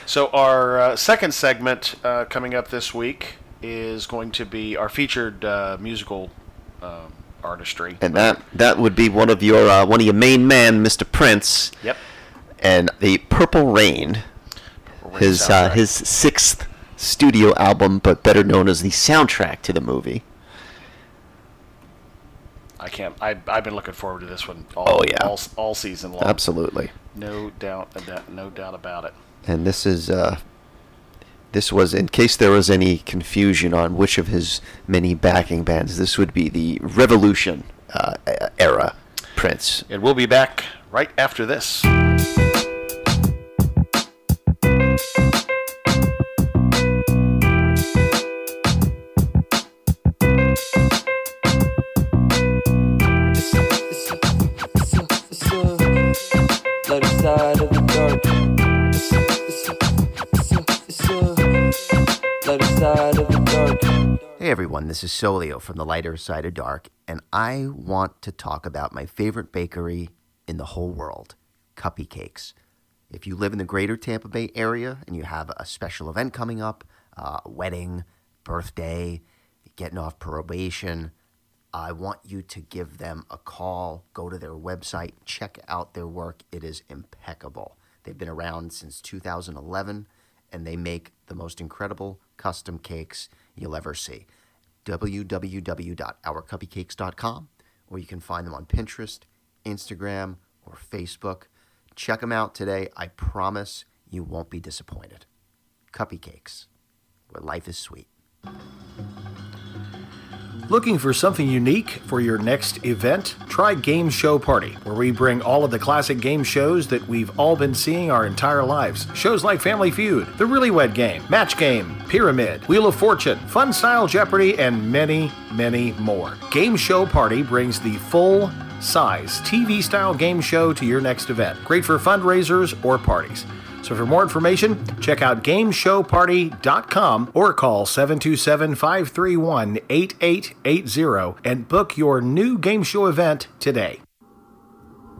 Speaker 2: So our uh, second segment uh, coming up this week is going to be our featured uh, musical um, artistry.
Speaker 11: And that that would be one of your uh, one of your main man, Mr. Prince.
Speaker 2: Yep.
Speaker 11: and the Purple Rain,
Speaker 2: Rain
Speaker 11: his uh,
Speaker 2: soundtrack.
Speaker 11: his sixth studio album, but better known as the soundtrack to the movie.
Speaker 2: I can't. I, I've been looking forward to this one. All,
Speaker 11: Oh, yeah.
Speaker 2: all, all season long.
Speaker 11: Absolutely.
Speaker 2: No doubt. about- No doubt about it.
Speaker 11: And this is uh, this was in case there was any confusion on which of his many backing bands. This would be the Revolution uh, e- era Prince.
Speaker 2: And we'll be back right after this.
Speaker 4: Lighter side of the dark. Lighter side of the dark.
Speaker 12: Hey everyone, this is Solio from the lighter side of dark, and I want to talk about my favorite bakery in the whole world, Cuppy Cakes. If you live in the greater Tampa Bay area and you have a special event coming up, uh, wedding, birthday, getting off probation, I want you to give them a call, go to their website, check out their work. It is impeccable. They've been around since 2011 and they make the most incredible custom cakes you'll ever see. www.ourcuppycakes.com or you can find them on Pinterest, Instagram, or Facebook. Check them out today. I promise you won't be disappointed. Cuppy Cakes, where life is sweet.
Speaker 1: Looking for something unique for your next event? Try Game Show Party, where we bring all of the classic game shows that we've all been seeing our entire lives. Shows like Family Feud, The Really Wed Game, Match Game, Pyramid, Wheel of Fortune, Fun Style Jeopardy, and many, many more. Game Show Party brings the full size TV style game show to your next event. Great for fundraisers or parties. So for more information, check out gameshowparty.com or call 727-531-8880 and book your new game show event today.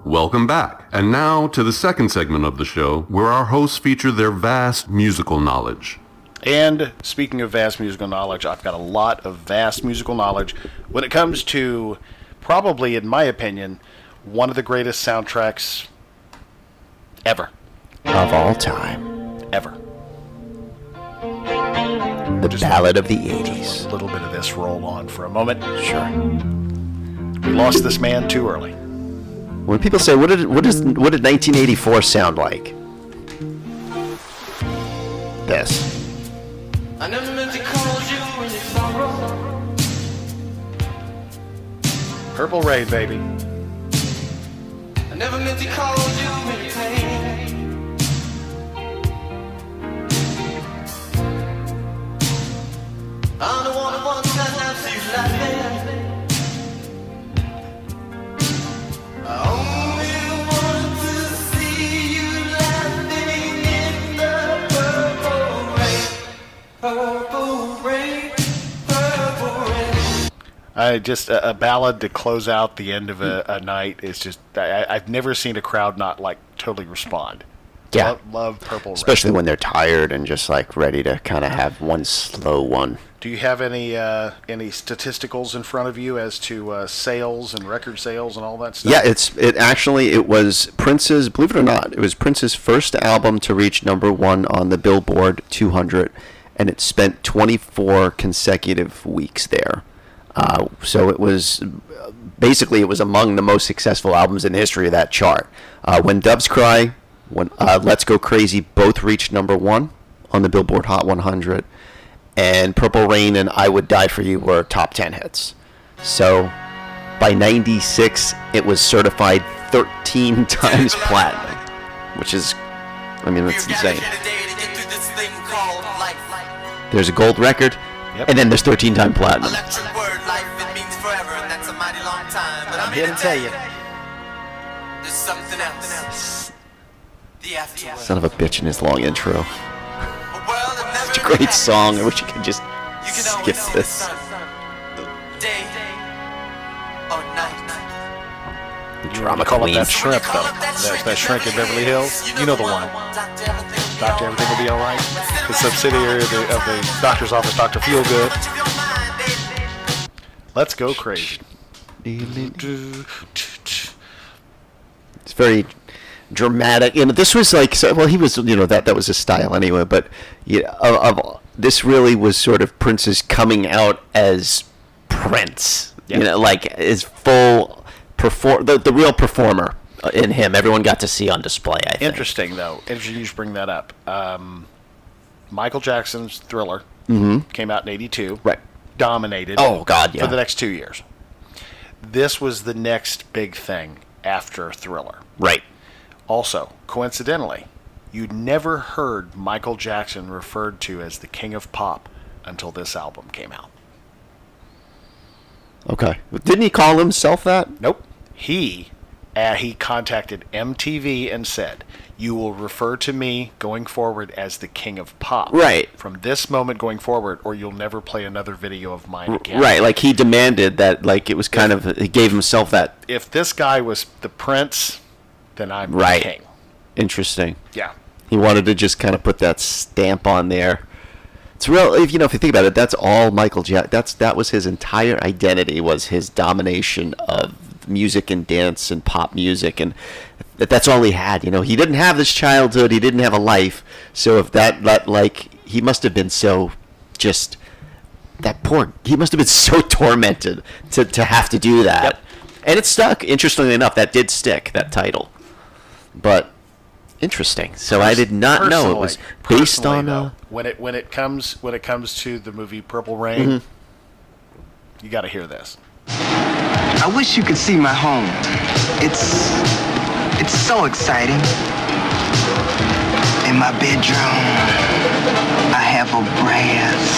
Speaker 10: Welcome back. And now to the second segment of the show where our hosts feature their vast musical knowledge.
Speaker 2: And speaking of vast musical knowledge, I've got a lot of vast musical knowledge when it comes to probably, in my opinion, one of the greatest soundtracks ever.
Speaker 11: Of all time,
Speaker 2: Ever.
Speaker 11: the ballad of the 80s.
Speaker 2: A little bit of this roll on for a moment. Sure. We lost this man too early.
Speaker 11: When people say, "What did what is what did 1984 sound like?" This.
Speaker 4: I never meant to call you when you sorrow.
Speaker 2: Purple Rain, baby.
Speaker 4: I never meant to call you when you pain. I'm the one who wants that now see you laughing. I only want to see you laughing in the purple rain. Purple rain, purple rain.
Speaker 2: I just a, a ballad to close out the end of a, a night is just I, I- I've never seen a crowd not like totally respond.
Speaker 11: Yeah.
Speaker 2: Lo- love Purple Rain.
Speaker 11: Especially when they're tired and just like ready to kind of have one slow one.
Speaker 2: Do you have any uh, any statisticals in front of you as to uh, sales and record sales and all that stuff?
Speaker 11: Yeah, it's it actually it was Prince's believe it or not, it was Prince's first album to reach number 1 on the Billboard 200 and it spent 24 consecutive weeks there. Uh, so it was basically it was among the most successful albums in the history of that chart. Uh, when Doves Cry, when uh, Let's Go Crazy both reached number 1 on the Billboard Hot 100 and Purple Rain and I Would Die for You were top 10 hits. So by 96, it was certified 13 times platinum, which is, I mean, that's insane. There's a gold record, and then there's 13 time platinum.
Speaker 4: I'm here to tell you. There's something else. The afterworld.
Speaker 11: Son of a bitch in his long intro. Such a great song. I wish you could just skip this.
Speaker 4: Day or night.
Speaker 11: The drama
Speaker 2: call it
Speaker 11: queen.
Speaker 2: that shrimp though. That, that shrink in Beverly Hills. You know the one. Doctor, everything will be all right. The subsidiary of the, of the doctor's office, Doctor Feelgood. Let's go crazy.
Speaker 11: It's very dramatic. You know, this was like so, well, he was you know that that was his style anyway. But you know, of, of this really was sort of Prince's coming out as Prince. You know, like his full perform the, the real performer in him. Everyone got to see on display. I think.
Speaker 2: Interesting though. Interesting you should bring that up. Um, Michael Jackson's Thriller
Speaker 11: Mhm.
Speaker 2: came out in '82.
Speaker 11: Right.
Speaker 2: Dominated.
Speaker 11: Oh, God, yeah.
Speaker 2: For the next two years. This was the next big thing after Thriller.
Speaker 11: Right.
Speaker 2: Also, coincidentally, you never heard Michael Jackson referred to as the King of Pop until this album came out.
Speaker 11: Okay. Didn't he call himself that?
Speaker 2: Nope. He uh, he contacted MTV and said, "You will refer to me going forward as the King of Pop.
Speaker 11: Right.
Speaker 2: From this moment going forward, or you'll never play another video of mine again."
Speaker 11: Right. Like he demanded that. Like it was kind of he gave himself that.
Speaker 2: if this guy was the prince, then I'm
Speaker 11: Right.
Speaker 2: the king.
Speaker 11: Interesting.
Speaker 2: Yeah.
Speaker 11: He wanted to just kind of put that stamp on there. It's real. If you know, if you think about it, that's all Michael Jack. That's that was his entire identity was his domination of music and dance and pop music, and that that's all he had. You know, he didn't have this childhood. He didn't have a life. So if that that like he must have been so just that poor. He must have been so tormented to to have to do that. And it stuck. Interestingly enough, that did stick. That title, but interesting. So I did not know it was
Speaker 2: Personally-
Speaker 11: based
Speaker 2: personally,
Speaker 11: on. Uh,
Speaker 2: though, when it when it comes when it comes to the movie Purple Rain.
Speaker 11: Mhm. Mm-hmm.
Speaker 2: You got to hear this.
Speaker 13: I wish you could see my home. It's it's so exciting. In my bedroom, I have a brass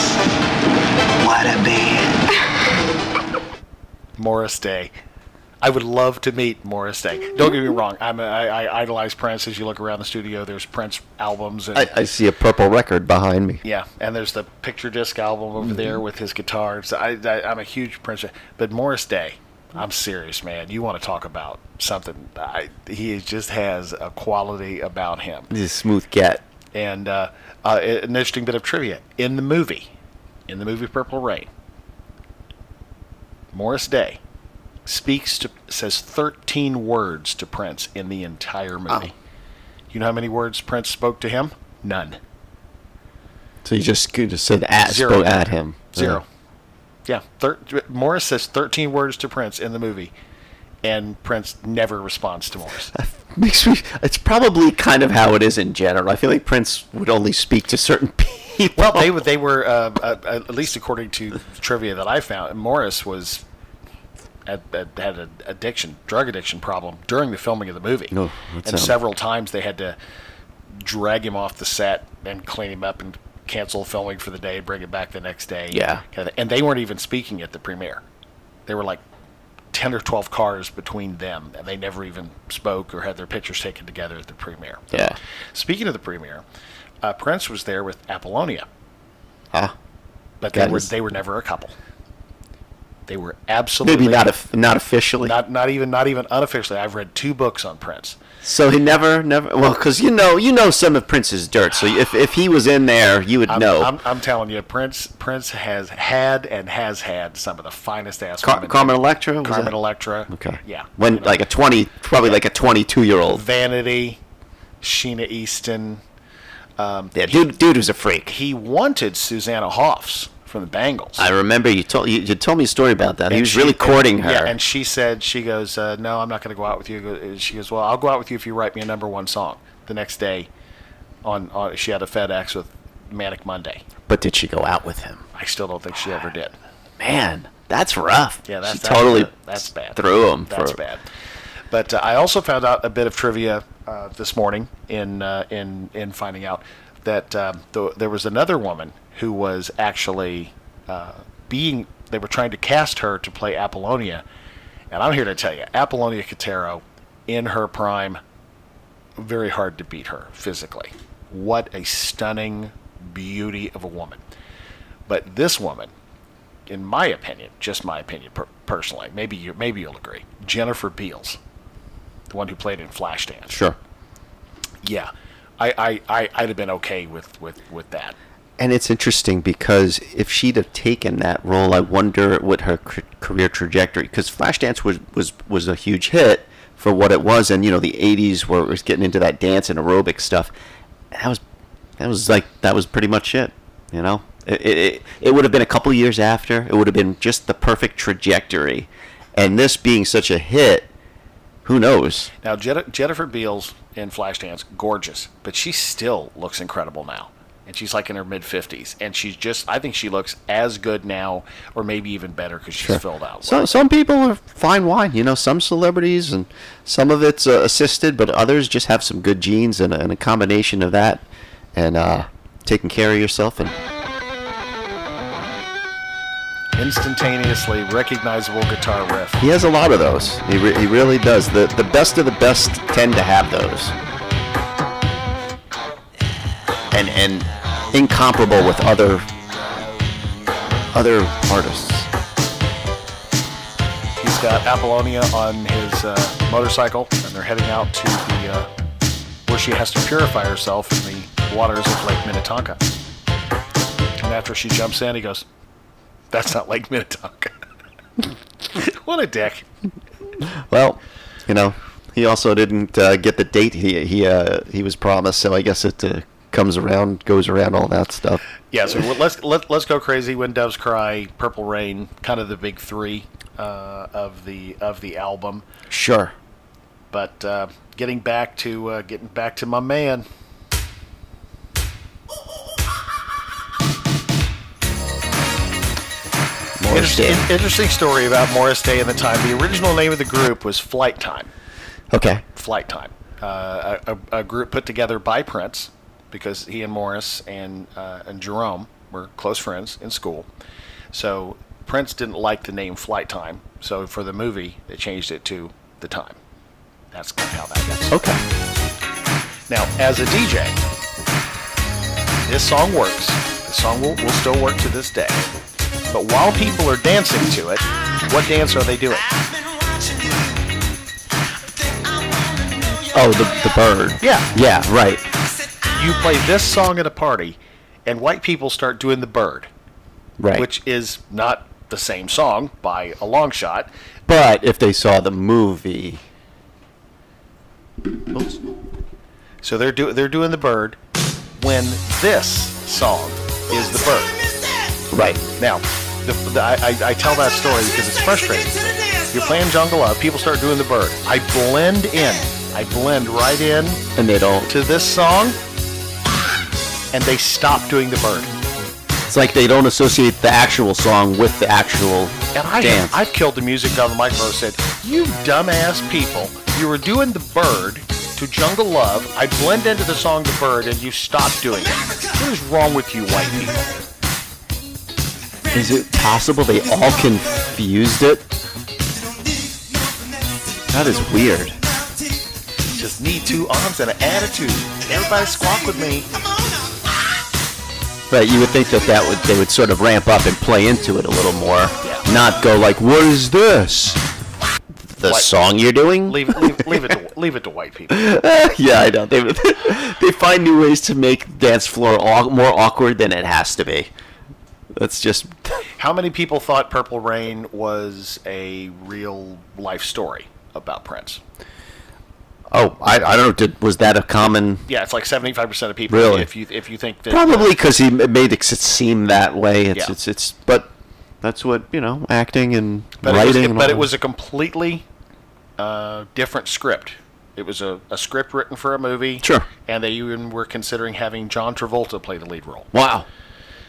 Speaker 13: water bed.
Speaker 2: Morris Day. I would love to meet Morris Day. Don't get me wrong. I'm a, I, I idolize Prince. As you look around the studio, there's Prince albums and
Speaker 11: I, I see a purple record behind me.
Speaker 2: yeah, and there's the picture disc album over there
Speaker 11: Mhm.
Speaker 2: with his guitars. I, I I'm a huge Prince. fan. But Morris Day, I'm serious, man. You want to talk about something? I, he just has a quality about him.
Speaker 11: This is smooth get.
Speaker 2: And uh, uh, an interesting bit of trivia in the movie, in the movie Purple Rain, Morris Day speaks to says 13 words to Prince in the entire movie. You know how many words Prince spoke to him? None.
Speaker 11: So you just you just said at
Speaker 2: Zero.
Speaker 11: spoke at him.
Speaker 2: Zero. Yeah, thir- Morris says 13 words to Prince in the movie, and Prince never responds to Morris.
Speaker 11: Uh, Makes me. It's probably kind of how it is in general. I feel like Prince would only speak to certain people.
Speaker 2: Well, they were they were uh, uh, at least according to trivia that I found, Morris was had, had had an addiction, drug addiction problem during the filming of the movie,
Speaker 11: No,
Speaker 2: and
Speaker 11: that's, um,
Speaker 2: several times they had to drag him off the set and clean him up and cancel filming for the day and bring him back the next day.
Speaker 11: Yeah.
Speaker 2: Kinda thing. and they weren't even speaking at the premiere; they were like ten or twelve cars between them, and they never even spoke or had their pictures taken together at the premiere.
Speaker 11: Yeah.
Speaker 2: Speaking of the premiere, uh, Prince was there with Apollonia
Speaker 11: Huh?
Speaker 2: but they
Speaker 11: Ah. That
Speaker 2: were
Speaker 11: is-
Speaker 2: they were never a couple. They were absolutely
Speaker 11: Maybe not if not officially.
Speaker 2: not not even not even unofficially. I've read two books on Prince.
Speaker 11: so he never never. Well, because you know you know some of Prince's dirt. So if if he was in there, you would
Speaker 2: I'm,
Speaker 11: know.
Speaker 2: I'm, I'm telling you, Prince Prince has had and has had some of the finest ass.
Speaker 11: Car-
Speaker 2: women.
Speaker 11: Carmen Electra. was
Speaker 2: Carmen
Speaker 11: that-
Speaker 2: Electra.
Speaker 11: Okay.
Speaker 2: Yeah.
Speaker 11: When like a twenty, probably like a twenty-two year old.
Speaker 2: Vanity, Sheena Easton. Um,
Speaker 11: yeah, dude, dude was a freak.
Speaker 2: He wanted Susanna Hoffs from the Bangles.
Speaker 11: I remember you told you, you told me a story about that. he
Speaker 2: And
Speaker 11: was
Speaker 2: she-
Speaker 11: really courting her.
Speaker 2: Yeah, and she said, she goes, uh, no, I'm not going to go out with you. She goes, well, I'll go out with you if you write me a number one song. The next day, on, on she had a FedEx with Manic Monday.
Speaker 11: but did she go out with him?
Speaker 2: I still don't think she ever did.
Speaker 11: Man, that's rough.
Speaker 2: Yeah, that's
Speaker 11: she
Speaker 2: that's
Speaker 11: totally
Speaker 2: bad. that's bad.
Speaker 11: threw him.
Speaker 2: That's
Speaker 11: for,
Speaker 2: bad. But uh, I also found out a bit of trivia uh, this morning in uh, in in finding out that um, th- there was another woman who was actually uh, being. They were trying to cast her to play Apollonia, and I'm here to tell you, Apollonia Katero, in her prime, very hard to beat her physically. What a stunning beauty of a woman! But this woman in my opinion, just my opinion per- personally, maybe you maybe you'll agree. Jennifer Beals, the one who played in Flashdance.
Speaker 11: Sure.
Speaker 2: Yeah, I I I I'd have been okay with with with that.
Speaker 11: And it's interesting because if she'd have taken that role, I wonder what her ca- career trajectory. Because Flashdance was was was a huge hit, for what it was. And you know, the '80s where it was getting into that dance and aerobic stuff. That was that was like that was pretty much it. You know, it it, it would have been a couple years after. It would have been just the perfect trajectory. And this being such a hit, who knows?
Speaker 2: Now, Jen- Jennifer Beals in Flashdance, gorgeous, but she still looks incredible now. And she's like in her mid 50s. And she's just, I think she looks as good now, or maybe even better because she's filled out.
Speaker 11: So some people are fine wine, you know. Some celebrities and some of it's uh, assisted, but others just have some good genes and, a- and a combination of that, and uh, taking care of yourself. And
Speaker 2: Instantaneously recognizable guitar riff.
Speaker 11: he has a lot of those. He, re- he really does. The the best of the best tend to have those, and and incomparable with other other artists.
Speaker 2: He's got Apollonia on his uh, motorcycle, and they're heading out to the uh, where she has to purify herself in the waters of Lake Minnetonka. And after she jumps in, he goes, "That's not Lake Minnetonka." what a dick!
Speaker 11: Well, you know, he also didn't uh, get the date he he uh, he was promised, so I guess it uh, comes around, goes around, all that stuff.
Speaker 2: Yeah, so well, let's let, let's go crazy. When Doves Cry, Purple Rain, kind of the big three uh, of the of the album.
Speaker 11: Sure.
Speaker 2: But uh, getting back to uh, getting back to my man.
Speaker 11: Morris
Speaker 2: Inter-
Speaker 11: Day.
Speaker 2: in- interesting story about Morris Day and the time. The original name of the group was Flight Time.
Speaker 11: Okay.
Speaker 2: Flight Time, uh, a, a- a group put together by Prince because he and Morris and uh, and Jerome were close friends in school. So Prince didn't like the name Flight Time, so for the movie they changed it to The Time. That's kind of how that goes.
Speaker 11: Okay.
Speaker 2: Now, as a DJ, this song works. The song will, will still work to this day. But while people are dancing to it, what dance are they doing?
Speaker 11: Oh, the the bird.
Speaker 2: Yeah.
Speaker 11: Yeah. Right.
Speaker 2: you play this song at a party and white people start doing the bird
Speaker 11: Right.
Speaker 2: which is not the same song by a long shot
Speaker 11: But if they saw the movie,
Speaker 2: so they're do- they're doing the bird when this song is the bird
Speaker 11: right
Speaker 2: now the, the, I, I- I tell that story because it's frustrating you're playing jungle up people start doing the bird i blend in i blend right in
Speaker 11: and they don't.
Speaker 2: to this song and they stop doing the bird
Speaker 11: It's like they don't associate the actual song with the actual
Speaker 2: And I,
Speaker 11: dance.
Speaker 2: I've killed the music on the microphone. Said, "You dumbass people! You were doing the bird to Jungle Love. I blend into the song The Bird, and you stopped doing it. What is wrong with you, white people?
Speaker 11: Is it possible they all confused it? That is weird.
Speaker 2: Just need two arms and an attitude. Everybody squawk with me.
Speaker 11: But you would think that that would they would sort of ramp up and play into it a little more, not go like, "What is this? The
Speaker 2: Like-
Speaker 11: song you're doing?"
Speaker 2: Leave, it- leave, leave it, to, leave it to white people.
Speaker 11: yeah, I know. They they find new ways to make dance floor au- more awkward than it has to be. That's just
Speaker 2: How many people thought Purple Rain was a real life story about Prince?
Speaker 11: oh, I, I don't know. Did, was that a common?
Speaker 2: Yeah, it's like seventy-five percent of people.
Speaker 11: Really?
Speaker 2: If you if you think that uh,
Speaker 11: Probably because he m- made it s- seem that way. It's
Speaker 2: Yeah.
Speaker 11: it's it's. But that's what you know, acting and
Speaker 2: But it
Speaker 11: writing.
Speaker 2: was,
Speaker 11: and
Speaker 2: but it
Speaker 11: all-
Speaker 2: was a completely uh, different script. It was a, a script written for a movie.
Speaker 11: Sure.
Speaker 2: And they even were considering having John Travolta play the lead role.
Speaker 11: wow.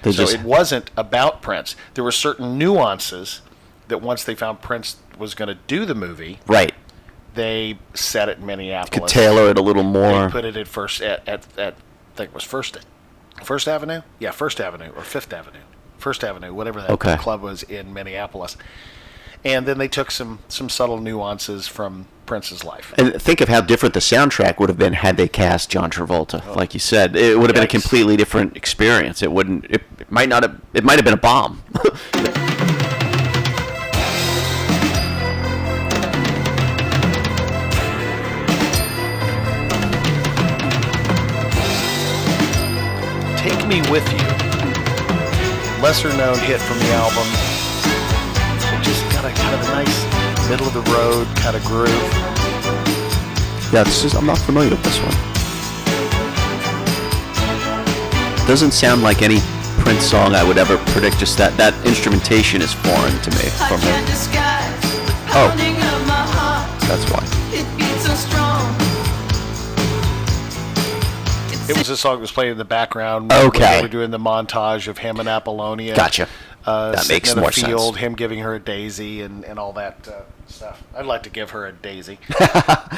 Speaker 11: They
Speaker 2: so
Speaker 11: just
Speaker 2: it wasn't about Prince. There were certain nuances that once they found Prince was going to do the movie,
Speaker 11: right.
Speaker 2: they set it in Minneapolis.
Speaker 11: Could tailor it a little more.
Speaker 2: They put it at first at, at, at I think it was first First Avenue? Yeah, First Avenue or Fifth Avenue. First Avenue, whatever that
Speaker 11: Okay.
Speaker 2: club was in Minneapolis. And then they took some some subtle nuances from Prince's life.
Speaker 11: And think of how different the soundtrack would have been had they cast John Travolta. Like you said, it would have been a
Speaker 2: Yikes.
Speaker 11: completely different experience. It wouldn't. It, it might not have. It might have been a bomb.
Speaker 2: Take Me With You. Lesser known hit from the album. It just got a kind of a nice middle of the road kind of groove.
Speaker 11: Yeah, this is. I'm not familiar with this one. Doesn't sound like any Prince song I would ever predict. Just that that instrumentation is foreign to me. From him. Oh. That's why.
Speaker 2: It was a song that was playing in the background.
Speaker 11: Okay.
Speaker 2: When we were doing the montage of him and Apollonia.
Speaker 11: Gotcha.
Speaker 2: Uh,
Speaker 11: That
Speaker 2: sitting
Speaker 11: makes
Speaker 2: in a
Speaker 11: more sense.
Speaker 2: field, Him giving her a daisy and, and all that uh, stuff. I'd like to give her a daisy.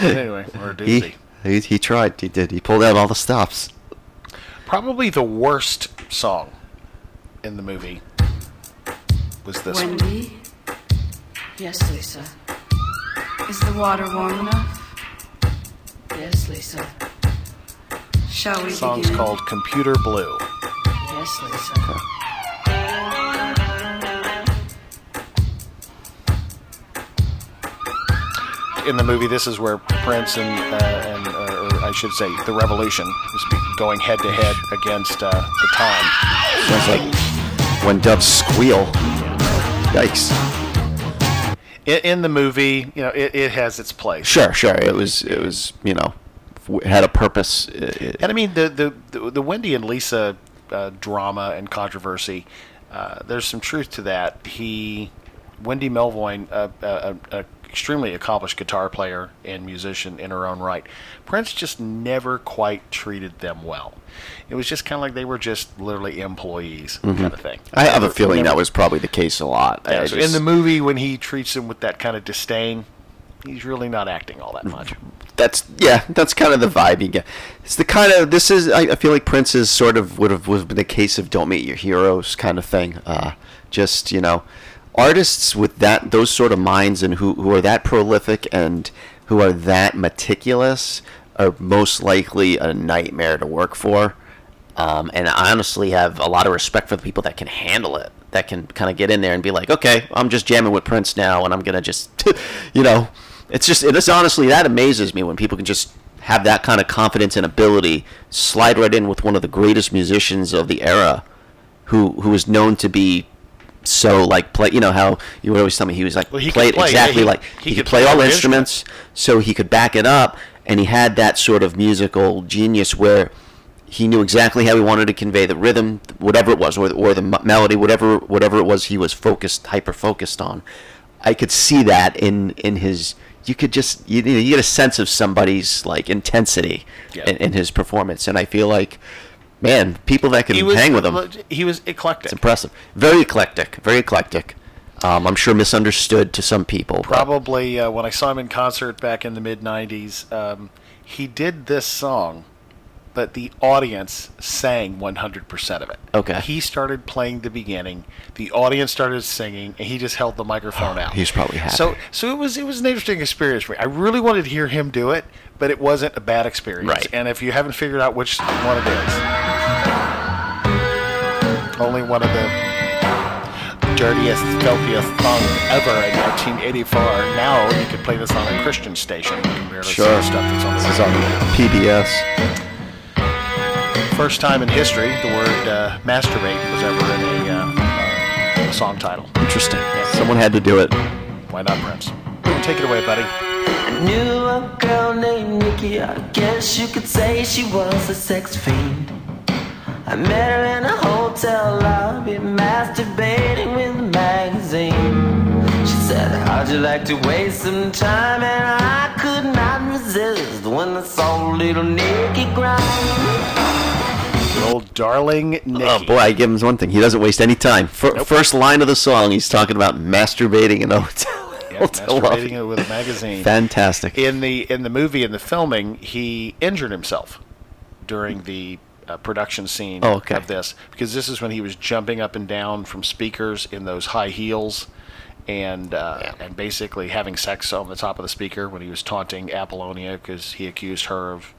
Speaker 2: anyway, or a doozy.
Speaker 11: He, he he tried. He did. He pulled out all the stops.
Speaker 2: Probably the worst song in the movie was this one.
Speaker 14: Wendy? Yes, Lisa. Is the water warm enough? Yes, Lisa. Shall we
Speaker 2: The song's
Speaker 14: begin?
Speaker 2: called Computer Blue.
Speaker 14: Yes, Lisa.
Speaker 2: In the movie, this is where Prince and, uh, and uh, or I should say, the Revolution was be- going head to head against uh, the Time.
Speaker 11: Sounds like when doves squeal. Yikes.
Speaker 2: In, in the movie, you know, it, it has its place.
Speaker 11: Sure, sure. It was it was you know w- had a purpose. It- it-
Speaker 2: And I mean the the the, the Wendy and Lisa uh, drama and controversy. Uh, there's some truth to that. He, Wendy Melvoin, a uh, uh, uh, extremely accomplished guitar player and musician in her own right. Prince just never quite treated them well. It was just kind of like they were just literally employees
Speaker 11: Mhm.
Speaker 2: kind of thing.
Speaker 11: I have a
Speaker 2: Never-
Speaker 11: feeling
Speaker 2: never-
Speaker 11: that was probably the case a lot. I-
Speaker 2: Yeah,
Speaker 11: I
Speaker 2: so in
Speaker 11: just-
Speaker 2: the movie when he treats them with that kind of disdain, he's really not acting all that
Speaker 11: Mm-hmm.
Speaker 2: much.
Speaker 11: that's yeah, that's kind of the vibe you get. It's the kind of this is. I, I feel like Prince is sort of would have was the case of "Don't Meet Your Heroes" kind of thing. Uh, just you know, artists with that those sort of minds and who who are that prolific and who are that meticulous are most likely a nightmare to work for. Um, and I honestly have a lot of respect for the people that can handle it, that can kind of get in there and be like, okay, I'm just jamming with Prince now, and I'm gonna just, you know, it's just it is honestly that amazes me when people can just have that kind of confidence and ability slide right in with one of the greatest musicians of the era, who who is known to be so like play you know how you would always tell me he was like
Speaker 2: Well, he could
Speaker 11: played
Speaker 2: play, yeah,
Speaker 11: exactly
Speaker 2: he-
Speaker 11: like
Speaker 2: he
Speaker 11: he, could
Speaker 2: could
Speaker 11: play
Speaker 2: play
Speaker 11: all
Speaker 2: every
Speaker 11: instruments so he could back it up and he had that sort of musical genius where he knew exactly how he wanted to convey the rhythm, whatever it was, or, or the m- melody, whatever whatever it was he was focused, hyper focused on. I could see that in in his. You could just you, you get a sense of somebody's like intensity in, in his performance, and I feel like, man, people that can
Speaker 2: He was-
Speaker 11: hang with him,
Speaker 2: He was eclectic.
Speaker 11: it's impressive. Very eclectic, very eclectic. Um, I'm sure misunderstood to some people. but-
Speaker 2: Probably uh, when I saw him in concert back in the mid '90s, um, he did this song, but the audience sang 100% of it.
Speaker 11: Okay.
Speaker 2: He started playing the beginning, the audience started singing, and he just held the microphone out.
Speaker 11: Oh, He's probably happy.
Speaker 2: So, so it was it was an interesting experience for me. I really wanted to hear him do it, but it wasn't a bad experience.
Speaker 11: Right.
Speaker 2: And if you haven't figured out which one it is, only one of the dirtiest, filthiest song ever in 1984. Now you could play this on a Christian station. You can barely see
Speaker 11: Sure.
Speaker 2: the stuff that's on the
Speaker 11: This is on PBS.
Speaker 2: First time in history, the word uh, masturbate was ever in a, uh, uh, a song title.
Speaker 11: Interesting. Someone had to do it.
Speaker 2: Why not, Prince? Take it away, buddy.
Speaker 15: I knew a girl named Nikki, I guess you could say she was a sex fiend. I met her in a hotel lobby, masturbating with a magazine. She said, How'd you like to waste some time? And I could not resist when I saw little Nikki grind.
Speaker 2: old darling Nicky.
Speaker 11: Oh boy, I give him one thing. He doesn't waste any time. Fir- First line of the song, he's talking about masturbating in a hotel.
Speaker 2: Yeah,
Speaker 11: hotel lobby.
Speaker 2: masturbating it with a magazine.
Speaker 11: Fantastic.
Speaker 2: In the in the movie in the filming, he injured himself during the uh, production scene
Speaker 11: Oh, okay.
Speaker 2: of this because this is when he was jumping up and down from speakers in those high heels and uh, and basically having sex on the top of the speaker when he was taunting Apollonia because he accused her of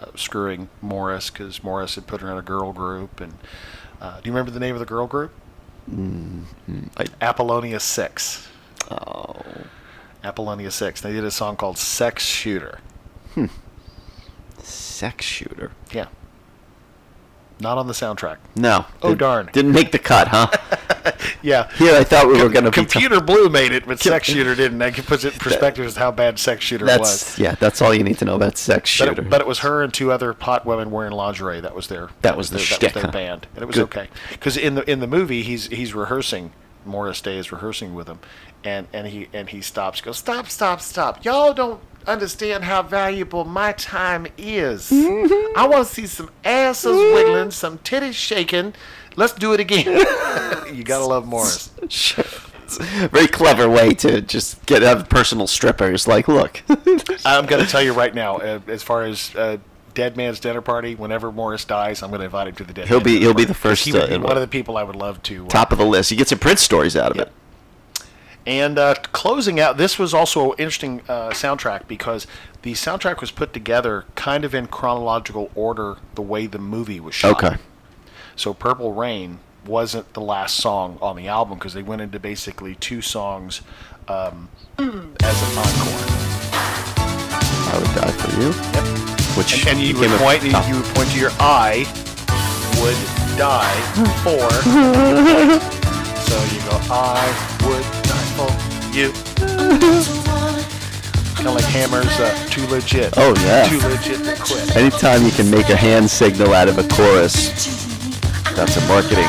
Speaker 2: uh, screwing Morris because Morris had put her in a girl group and uh, do you remember the name of the girl group?
Speaker 11: Mm, mm, I-
Speaker 2: Apollonia Six. Oh. Apollonia Six. They did a song called "Sex Shooter."
Speaker 11: sex shooter.
Speaker 2: Yeah. Not on the soundtrack.
Speaker 11: No.
Speaker 2: Oh,
Speaker 11: Didn't-
Speaker 2: darn.
Speaker 11: Didn't make the cut, huh?
Speaker 2: yeah.
Speaker 11: Here, I thought we were going to be.
Speaker 2: Computer Blue made it, but Sex Shooter didn't. That puts it in perspective as how bad Sex Shooter was.
Speaker 11: That's yeah. That's all you need to know about sex
Speaker 2: But
Speaker 11: shooter.
Speaker 2: it, but it was her and two other pot women wearing lingerie. That was their
Speaker 11: That was the
Speaker 2: their,
Speaker 11: shtick,
Speaker 2: that was
Speaker 11: huh?
Speaker 2: their band, and it was
Speaker 11: Good.
Speaker 2: okay. Because in the in the movie, he's he's rehearsing. Morris Day is rehearsing with him, and and he and he stops. Goes stop stop stop. Y'all don't understand how valuable my time is.
Speaker 11: Mm-hmm.
Speaker 2: I want to see some asses wiggling, some titties shaking. Let's do it again. you gotta love Morris.
Speaker 11: Very clever way to just get have personal strippers. Like, look,
Speaker 2: I'm going to tell you right now, uh, as far as uh, Dead Man's Dinner Party, whenever Morris dies, I'm going to invite him to the Dead
Speaker 11: He'll
Speaker 2: Man's
Speaker 11: be-
Speaker 2: Dinner
Speaker 11: he'll be
Speaker 2: Party.
Speaker 11: the first,
Speaker 2: He would
Speaker 11: uh,
Speaker 2: be
Speaker 11: in-
Speaker 2: one of the people I would love to. uh,
Speaker 11: top of the list. You get some print stories out of it.
Speaker 2: And uh, closing out, this was also an interesting uh, soundtrack because the soundtrack was put together kind of in chronological order the way the movie was shot.
Speaker 11: Okay.
Speaker 2: So Purple Rain wasn't the last song on the album because they went into basically two songs um, as an encore.
Speaker 11: I would die for you. Which
Speaker 2: And, and you would
Speaker 11: became a
Speaker 2: point,
Speaker 11: top-
Speaker 2: you would point to your eye would die for. so you go, I would die for you. Kind of like Hammer's uh, Too Legit.
Speaker 11: Oh, yeah.
Speaker 2: Too Legit to Quit.
Speaker 11: Anytime you can make a hand signal out of a chorus, that's a marketing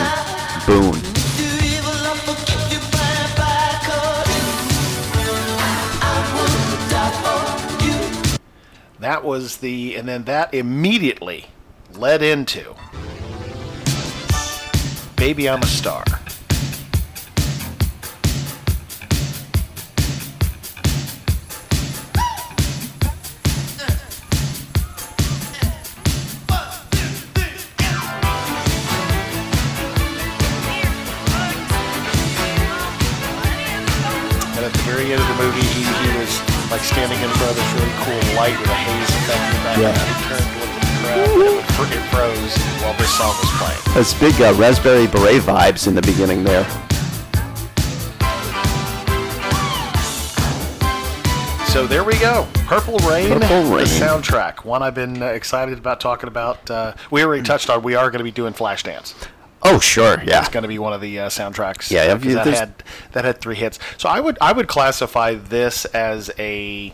Speaker 11: boon.
Speaker 2: That was the, and then that immediately led into Baby I'm a Star. And at the very end of the movie, he, he was like standing in front of this really cool light with a haze effect in the back.
Speaker 11: Yeah.
Speaker 2: And he turned to look at the crowd, and it, would, fr- it froze while this song was playing.
Speaker 11: That's big uh, raspberry beret vibes in the beginning there.
Speaker 2: So there we go. Purple Rain,
Speaker 11: Purple Rain.
Speaker 2: the soundtrack. One I've been uh, excited about talking about. Uh, we already touched on. We are going to be doing Flashdance.
Speaker 11: Oh sure, yeah.
Speaker 2: It's going to be one of the uh, soundtracks.
Speaker 11: Yeah,
Speaker 2: uh,
Speaker 11: if
Speaker 2: 'cause
Speaker 11: you-
Speaker 2: that
Speaker 11: there's-
Speaker 2: had that had three hits. So I would I would classify this as a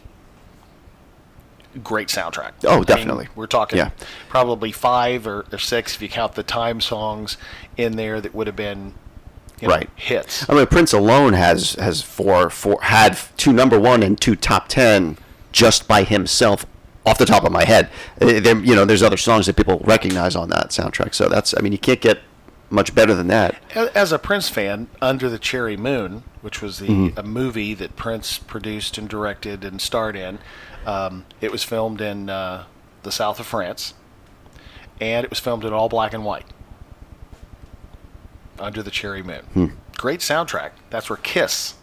Speaker 2: great soundtrack.
Speaker 11: Oh,
Speaker 2: I mean,
Speaker 11: definitely.
Speaker 2: we're talking
Speaker 11: Yeah.
Speaker 2: probably five or, or six if you count the time songs in there that would have been you know,
Speaker 11: Right.
Speaker 2: hits.
Speaker 11: I mean, Prince alone has has four four had f- two number one and two top ten just by himself off the top of my head. Uh, There, you know, there's other songs that people recognize on that soundtrack. So that's I mean, you can't get much better than that.
Speaker 2: A- As a Prince fan, Under the Cherry Moon, which was the
Speaker 11: Mhm.
Speaker 2: a movie that Prince produced and directed and starred in, um, it was filmed in uh, the south of France, and it was filmed in all black and white. Under the Cherry Moon,
Speaker 11: Hmm.
Speaker 2: great soundtrack. That's where Kiss,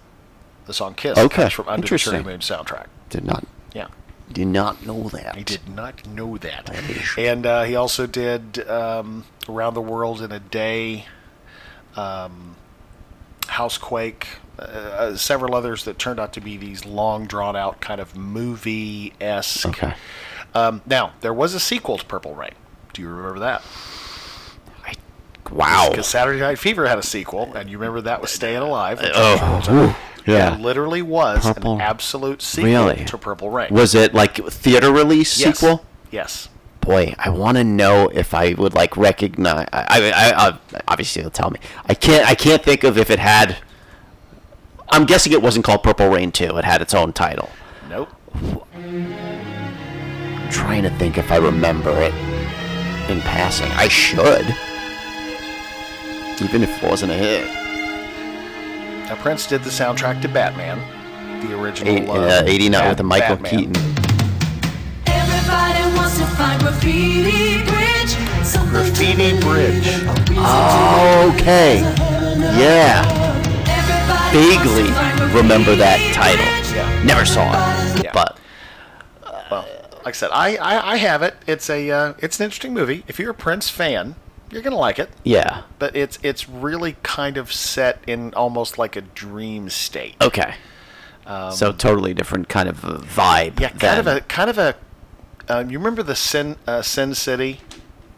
Speaker 2: the song Kiss,
Speaker 11: Okay,
Speaker 2: comes from Under the Cherry
Speaker 11: interesting.
Speaker 2: Moon soundtrack.
Speaker 11: Did not
Speaker 2: Yeah.
Speaker 11: did not know that.
Speaker 2: I did not know that. And uh, he also did um, Around the World in a Day, um, Housequake, uh, uh, several others that turned out to be these long, drawn out kind of movie esque.
Speaker 11: Okay.
Speaker 2: Um, now, there was a sequel to Purple Rain. Do you remember that?
Speaker 11: Wow.
Speaker 2: Because Saturday Night Fever had a sequel, and you remember that was Staying Alive. with Travolta.
Speaker 11: Oh, ooh, yeah.
Speaker 2: It literally was
Speaker 11: Purple-
Speaker 2: an absolute sequel
Speaker 11: Really?
Speaker 2: to Purple Rain.
Speaker 11: Was it like theater release
Speaker 2: Yes.
Speaker 11: sequel?
Speaker 2: Yes.
Speaker 11: boy, I want to know if I would like recognize. I, I, I, I obviously it'll tell me. I can't. I can't think of if it had. I'm guessing it wasn't called Purple Rain 2. It had its own title.
Speaker 2: Nope.
Speaker 11: I'm trying to think if I remember it in passing. I should, even if it wasn't a hit.
Speaker 2: Oh, Now Prince did the soundtrack to Batman, the original
Speaker 11: Eight,
Speaker 2: uh,
Speaker 11: uh, 89 with
Speaker 2: Bat-
Speaker 11: a Michael
Speaker 2: Batman.
Speaker 11: Keaton.
Speaker 4: Everybody wants to find Graffiti Bridge. Something
Speaker 2: Graffiti Bridge.
Speaker 11: Okay. Yeah. Vaguely remember that title. Never saw it, but
Speaker 2: Well, like I said, I, I, I have it. It's a uh, it's an interesting movie. If you're a Prince fan, you're gonna like it.
Speaker 11: yeah.
Speaker 2: But it's it's really kind of set in almost like a dream state.
Speaker 11: Okay.
Speaker 2: Um,
Speaker 11: so totally different kind of uh, vibe.
Speaker 2: yeah, kind
Speaker 11: then.
Speaker 2: of a kind of a. Um, you remember the Sin uh, Sin uh, City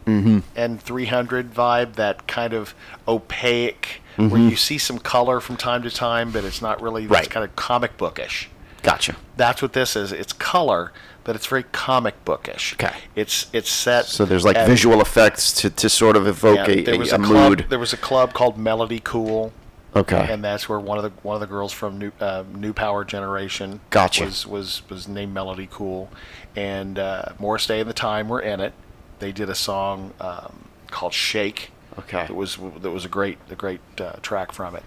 Speaker 11: Mm-hmm.
Speaker 2: and 300 vibe, that kind of opaque where
Speaker 11: Mhm.
Speaker 2: you see some color from time to time, but it's not really it's
Speaker 11: Right.
Speaker 2: kind of comic bookish.
Speaker 11: Gotcha.
Speaker 2: That's what this is. It's color, but it's very comic bookish. Okay. It's it's set
Speaker 11: So there's like
Speaker 2: at-
Speaker 11: visual effects to, to sort of evoke
Speaker 2: yeah,
Speaker 11: a,
Speaker 2: there
Speaker 11: a,
Speaker 2: was
Speaker 11: a
Speaker 2: club,
Speaker 11: mood.
Speaker 2: There was a club called Melody Cool.
Speaker 11: Okay.
Speaker 2: And that's where one of the one of the girls from New uh, New Power Generation
Speaker 11: Gotcha.
Speaker 2: was was was named Melody Cool, and uh, Morris Day and the Time were in it. They did a song um, called Shake.
Speaker 11: Okay.
Speaker 2: That was that was a great a great uh, track from it.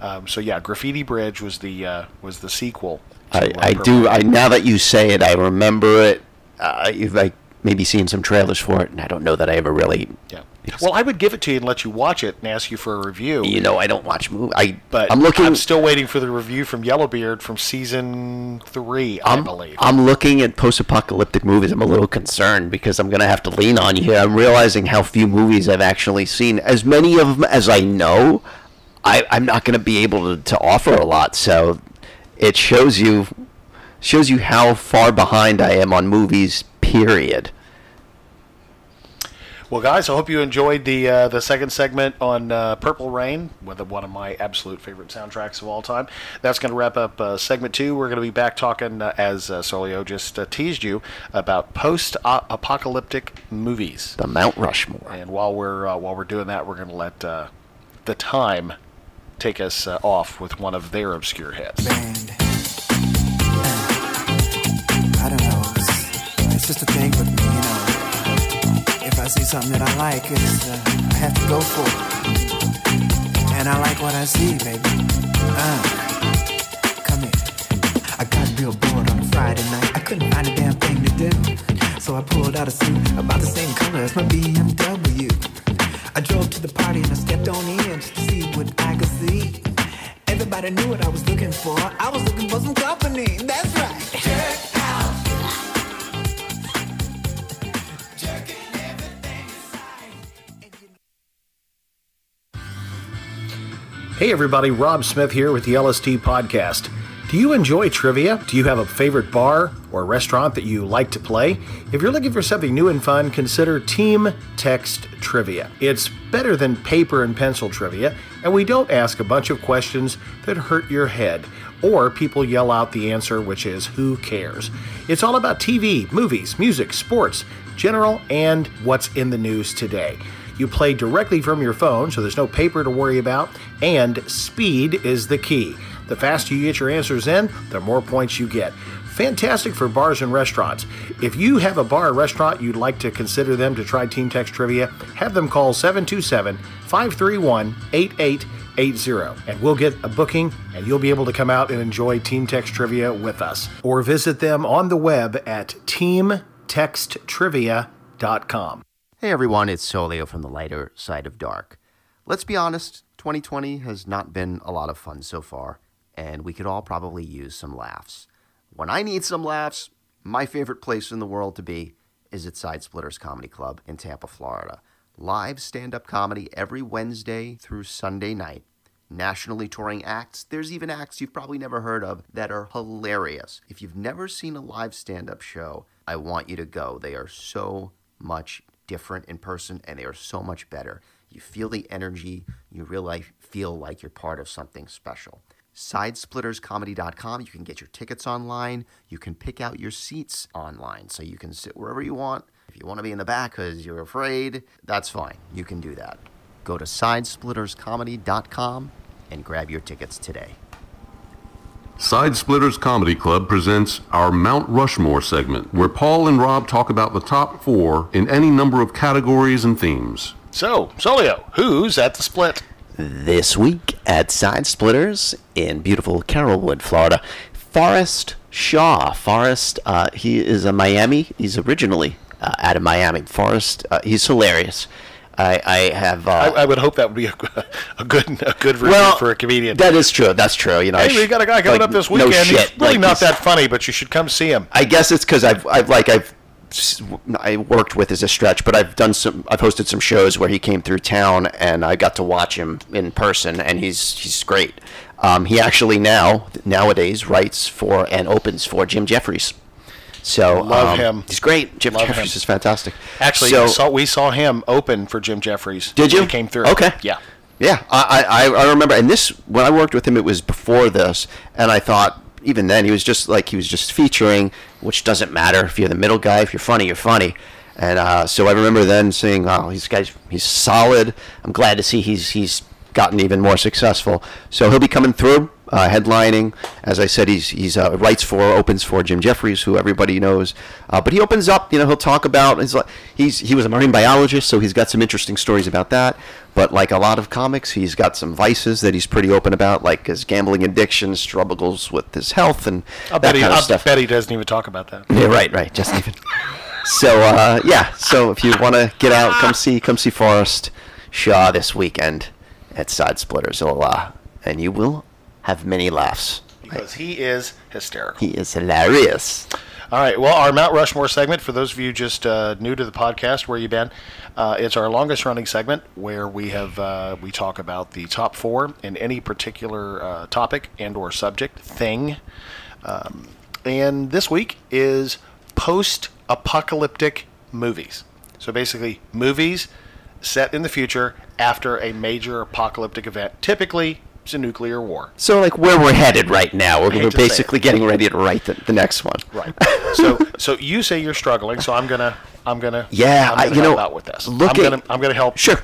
Speaker 2: Um, so yeah, Graffiti Bridge was the uh, was the sequel. to,
Speaker 11: I,
Speaker 2: uh,
Speaker 11: I
Speaker 2: Purple
Speaker 11: do. I now that you say it, I remember it. I you've, like maybe seen some trailers for it, and I don't know that I ever really.
Speaker 2: Yeah. Well, I would give it to you and let you watch it and ask you for a review.
Speaker 11: You know, I don't watch movies. I
Speaker 2: but
Speaker 11: I'm looking.
Speaker 2: I'm still waiting for the review from Yellowbeard from season three, i
Speaker 11: I'm,
Speaker 2: believe.
Speaker 11: I'm looking at post-apocalyptic movies. I'm a little concerned because I'm going to have to lean on you here. I'm realizing how few movies I've actually seen. As many of them as I know, I, I'm not going to be able to, to offer a lot. So it shows you shows you how far behind I am on movies. Period.
Speaker 2: Well, guys, I hope you enjoyed the uh, the second segment on uh, Purple Rain, with one of my absolute favorite soundtracks of all time. That's going to wrap up uh, segment two. We're going to be back talking, uh, as uh, Solio just uh, teased you, about post-apocalyptic movies.
Speaker 11: The Mount Rushmore.
Speaker 2: And while we're uh, while we're doing that, we're going to let uh, the time take us uh, off with one of their obscure hits.
Speaker 16: Uh, I don't know. It's, it's just a thing with me, you know. If I see something that I like, it's, uh, I have to go for it. And I like what I see, baby. Uh, come here. I got real bored on a Friday night. I couldn't find a damn thing to do. So I pulled out a suit about the same color as my BMW. I drove to the party and I stepped on in just to see what I could see. Everybody knew what I was looking for. I was looking for some company. That's right.
Speaker 1: Hey everybody, Rob Smith here with the LST Podcast. Do you enjoy trivia? Do you have a favorite bar or restaurant that you like to play? If you're looking for something new and fun, consider Team Text Trivia. It's better than paper and pencil trivia, and we don't ask a bunch of questions that hurt your head, or people yell out the answer, which is who cares. It's all about TV, movies, music, sports, general, and what's in the news today. You play directly from your phone, so there's no paper to worry about, and speed is the key. The faster you get your answers in, the more points you get. Fantastic for bars and restaurants. If you have a bar or restaurant you'd like to consider them to try Team Text Trivia, have them call 727 531 8880 and we'll get a booking and you'll be able to come out and enjoy Team Text Trivia with us. Or visit them on the web at teamtexttrivia.com.
Speaker 12: Hey everyone, it's Solio from the lighter side of dark. Let's be honest, 2020 has not been a lot of fun so far, and we could all probably use some laughs. When I need some laughs, my favorite place in the world to be is at Side Splitters Comedy Club in Tampa, Florida. Live stand up comedy every Wednesday through Sunday night. Nationally touring acts, there's even acts you've probably never heard of that are hilarious. If you've never seen a live stand up show, I want you to go. They are so much different in person and they are so much better. You feel the energy, you really feel like you're part of something special. Sidesplitterscomedy.com, you can get your tickets online, you can pick out your seats online, so you can sit wherever you want. If you want to be in the back because you're afraid, that's fine, you can do that. Go to sidesplitterscomedy.com and grab your tickets today.
Speaker 10: Side Splitters Comedy Club presents our Mount Rushmore segment, where Paul and Rob talk about the top four in any number of categories and themes.
Speaker 2: So, Solio, who's at the split?
Speaker 11: This week at Side Splitters in beautiful Carrollwood, Florida, Forrest Shaw. Forrest, uh, he is a Miami. He's originally uh, out of Miami. Forrest, uh, he's hilarious. I, I have. Uh,
Speaker 2: I, I would hope that would be a, a good a good review
Speaker 11: Well,
Speaker 2: for a comedian.
Speaker 11: that is true. That's true. You know, I
Speaker 2: hey, we
Speaker 11: sh-
Speaker 2: got a guy coming
Speaker 11: like,
Speaker 2: up this
Speaker 11: no
Speaker 2: weekend.
Speaker 11: shit,
Speaker 2: He's really
Speaker 11: like,
Speaker 2: not
Speaker 11: he's-
Speaker 2: that funny, but you should come see him.
Speaker 11: I guess it's because I've, I've like I've s- I worked with as a stretch, but I've done some. I've hosted some shows where he came through town, and I got to watch him in person, and he's he's great. Um, he actually now nowadays writes for and opens for Jim Jeffries. So
Speaker 2: Love
Speaker 11: um,
Speaker 2: him.
Speaker 11: He's great. Jim
Speaker 2: Love him.
Speaker 11: Jeffries is fantastic.
Speaker 2: Actually,
Speaker 11: So-
Speaker 2: we, saw, we saw him open for Jim Jeffries. when
Speaker 11: Did you?
Speaker 2: He came through.
Speaker 11: Okay.
Speaker 2: Yeah.
Speaker 11: Yeah, I, I, I- I remember, and this when I worked with him, it was before this, and I thought even then he was just like he was just featuring, which doesn't matter if you're the middle guy, if you're funny, you're funny, and uh, so I remember then saying, "Oh, this guy's he's solid. I'm glad to see he's he's gotten even more successful." So he'll be coming through, uh, headlining. As I said, he's he's uh, writes for, opens for Jim Jeffries, who everybody knows. Uh, but he opens up, you know, he'll talk about he's like he's he was a marine biologist, so he's got some interesting stories about that. But like a lot of comics, he's got some vices that he's pretty open about, like his gambling addiction, struggles with his health, and
Speaker 2: I
Speaker 11: that
Speaker 2: bet, he,
Speaker 11: kind of
Speaker 2: I
Speaker 11: stuff.
Speaker 2: bet he doesn't even talk about that.
Speaker 11: Yeah, right, right, just even. so uh, yeah, so if you want to get out, come see come see Forrest Shaw this weekend at Side Splitters, It'll, uh, and you will have many laughs.
Speaker 2: Because he is hysterical.
Speaker 11: He is hilarious.
Speaker 2: All right. Well, our Mount Rushmore segment, for those of you just uh, new to the podcast, where you been, uh, it's our longest running segment where we have uh, we talk about the top four in any particular uh, topic and or subject thing. Um, and this week is post apocalyptic movies. So basically, movies set in the future after a major apocalyptic event. Typically, it's a nuclear war.
Speaker 11: So like where we're headed right now,
Speaker 2: I hate
Speaker 11: we're, we're
Speaker 2: to say it.
Speaker 11: basically getting ready to write the, the next one.
Speaker 2: Right. So so you say you're struggling, so I'm gonna I'm gonna
Speaker 11: Yeah,
Speaker 2: I'm
Speaker 11: I-
Speaker 2: gonna
Speaker 11: you
Speaker 2: help
Speaker 11: know,
Speaker 2: out with this. I'm
Speaker 11: looking-
Speaker 2: gonna I'm gonna help.
Speaker 11: Sure.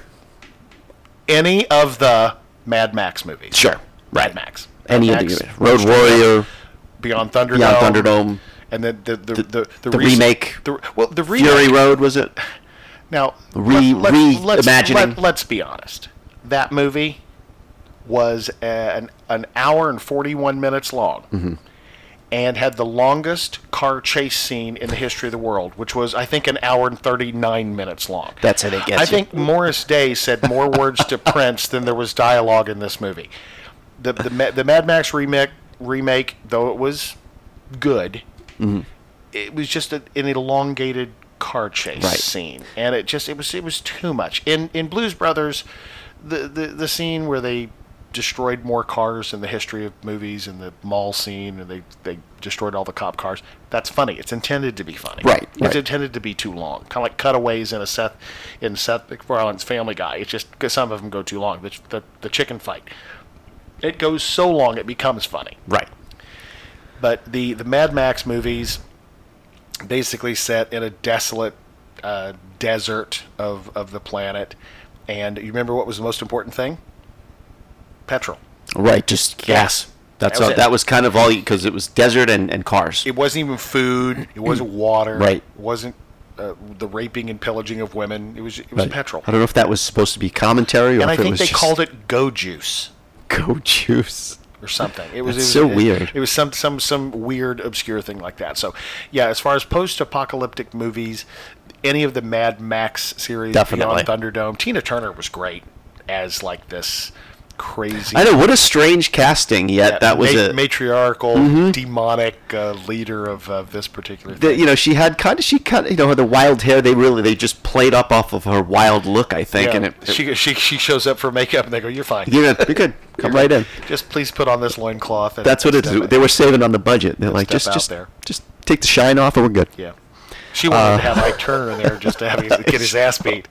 Speaker 2: Any of the Mad Max movies.
Speaker 11: Sure.
Speaker 2: Mad Max.
Speaker 11: Any
Speaker 2: Mad
Speaker 11: of the
Speaker 2: Max,
Speaker 11: Road Warrior,
Speaker 2: Beyond Thunderdome.
Speaker 11: Beyond Thunderdome,
Speaker 2: And then the the the, the,
Speaker 11: the,
Speaker 2: recent-
Speaker 11: remake,
Speaker 2: The, well, the remake.
Speaker 11: Fury Road was it?
Speaker 2: Now
Speaker 11: Re-
Speaker 2: let's,
Speaker 11: reimagining.
Speaker 2: Let, let's be honest. That movie was an an hour and forty one minutes long.
Speaker 11: Mhm.
Speaker 2: and had the longest car chase scene in the history of the world, which was, I think, an hour and 39 minutes long.
Speaker 11: That's how they get
Speaker 2: I
Speaker 11: you.
Speaker 2: think Morris Day said more words to Prince than there was dialogue in this movie. The, the, Ma- the Mad Max remake, remake, though it was good,
Speaker 11: Mhm.
Speaker 2: it was just a, an elongated car chase
Speaker 11: Right.
Speaker 2: scene, and it just it was it was too much. In in Blues Brothers, the, the the scene where they destroyed more cars in the history of movies, and the mall scene, and they they destroyed all the cop cars. That's funny. It's intended to be funny.
Speaker 11: Right,
Speaker 2: It's
Speaker 11: right.
Speaker 2: intended to be too long. Kind of like cutaways in a Seth in Seth MacFarlane's Family Guy. It's just because some of them go too long. The, the the chicken fight. It goes so long it becomes funny.
Speaker 11: Right.
Speaker 2: But the, the Mad Max movies basically set in a desolate uh, desert of, of the planet. And you remember what was the most important thing? Petrol.
Speaker 11: Right, just gas. That's
Speaker 2: That was
Speaker 11: all,
Speaker 2: it.
Speaker 11: that was kind of all because it was desert and, and cars.
Speaker 2: It wasn't even food. It wasn't water.
Speaker 11: Right.
Speaker 2: It wasn't uh, the raping and pillaging of women. It was it was
Speaker 11: Right.
Speaker 2: petrol.
Speaker 11: I don't know if that was supposed to be commentary or
Speaker 2: and I
Speaker 11: if it
Speaker 2: think
Speaker 11: was
Speaker 2: they
Speaker 11: just
Speaker 2: called it go juice
Speaker 11: go juice.
Speaker 2: or something. It was
Speaker 11: That's
Speaker 2: it was,
Speaker 11: so weird.
Speaker 2: It, was some some some weird obscure thing like that. So yeah, as far as post-apocalyptic movies, any of the Mad Max series,
Speaker 11: Definitely.
Speaker 2: Beyond Thunderdome, Tina Turner was great as like this crazy.
Speaker 11: I know what a strange casting. Yet that was
Speaker 2: ma-
Speaker 11: a
Speaker 2: matriarchal,
Speaker 11: Mhm.
Speaker 2: demonic uh, leader of uh, this particular.
Speaker 11: the, you know she had kind of she kind of you know the wild hair. They really they just played up off of her wild look. I think
Speaker 2: Yeah,
Speaker 11: and it, it-
Speaker 2: she, she she shows up for makeup and they go, "You're fine.
Speaker 11: you know, you're good. Come right in.
Speaker 2: Just please put on this loincloth." and-
Speaker 11: That's what
Speaker 2: and
Speaker 11: it
Speaker 2: step
Speaker 11: is. They were saving on the budget. They're like
Speaker 2: step
Speaker 11: just
Speaker 2: out
Speaker 11: just
Speaker 2: there.
Speaker 11: just take the shine off and we're good.
Speaker 2: Yeah. She wanted
Speaker 11: Uh,
Speaker 2: to have Ike Turner there just to have him get his ass beat.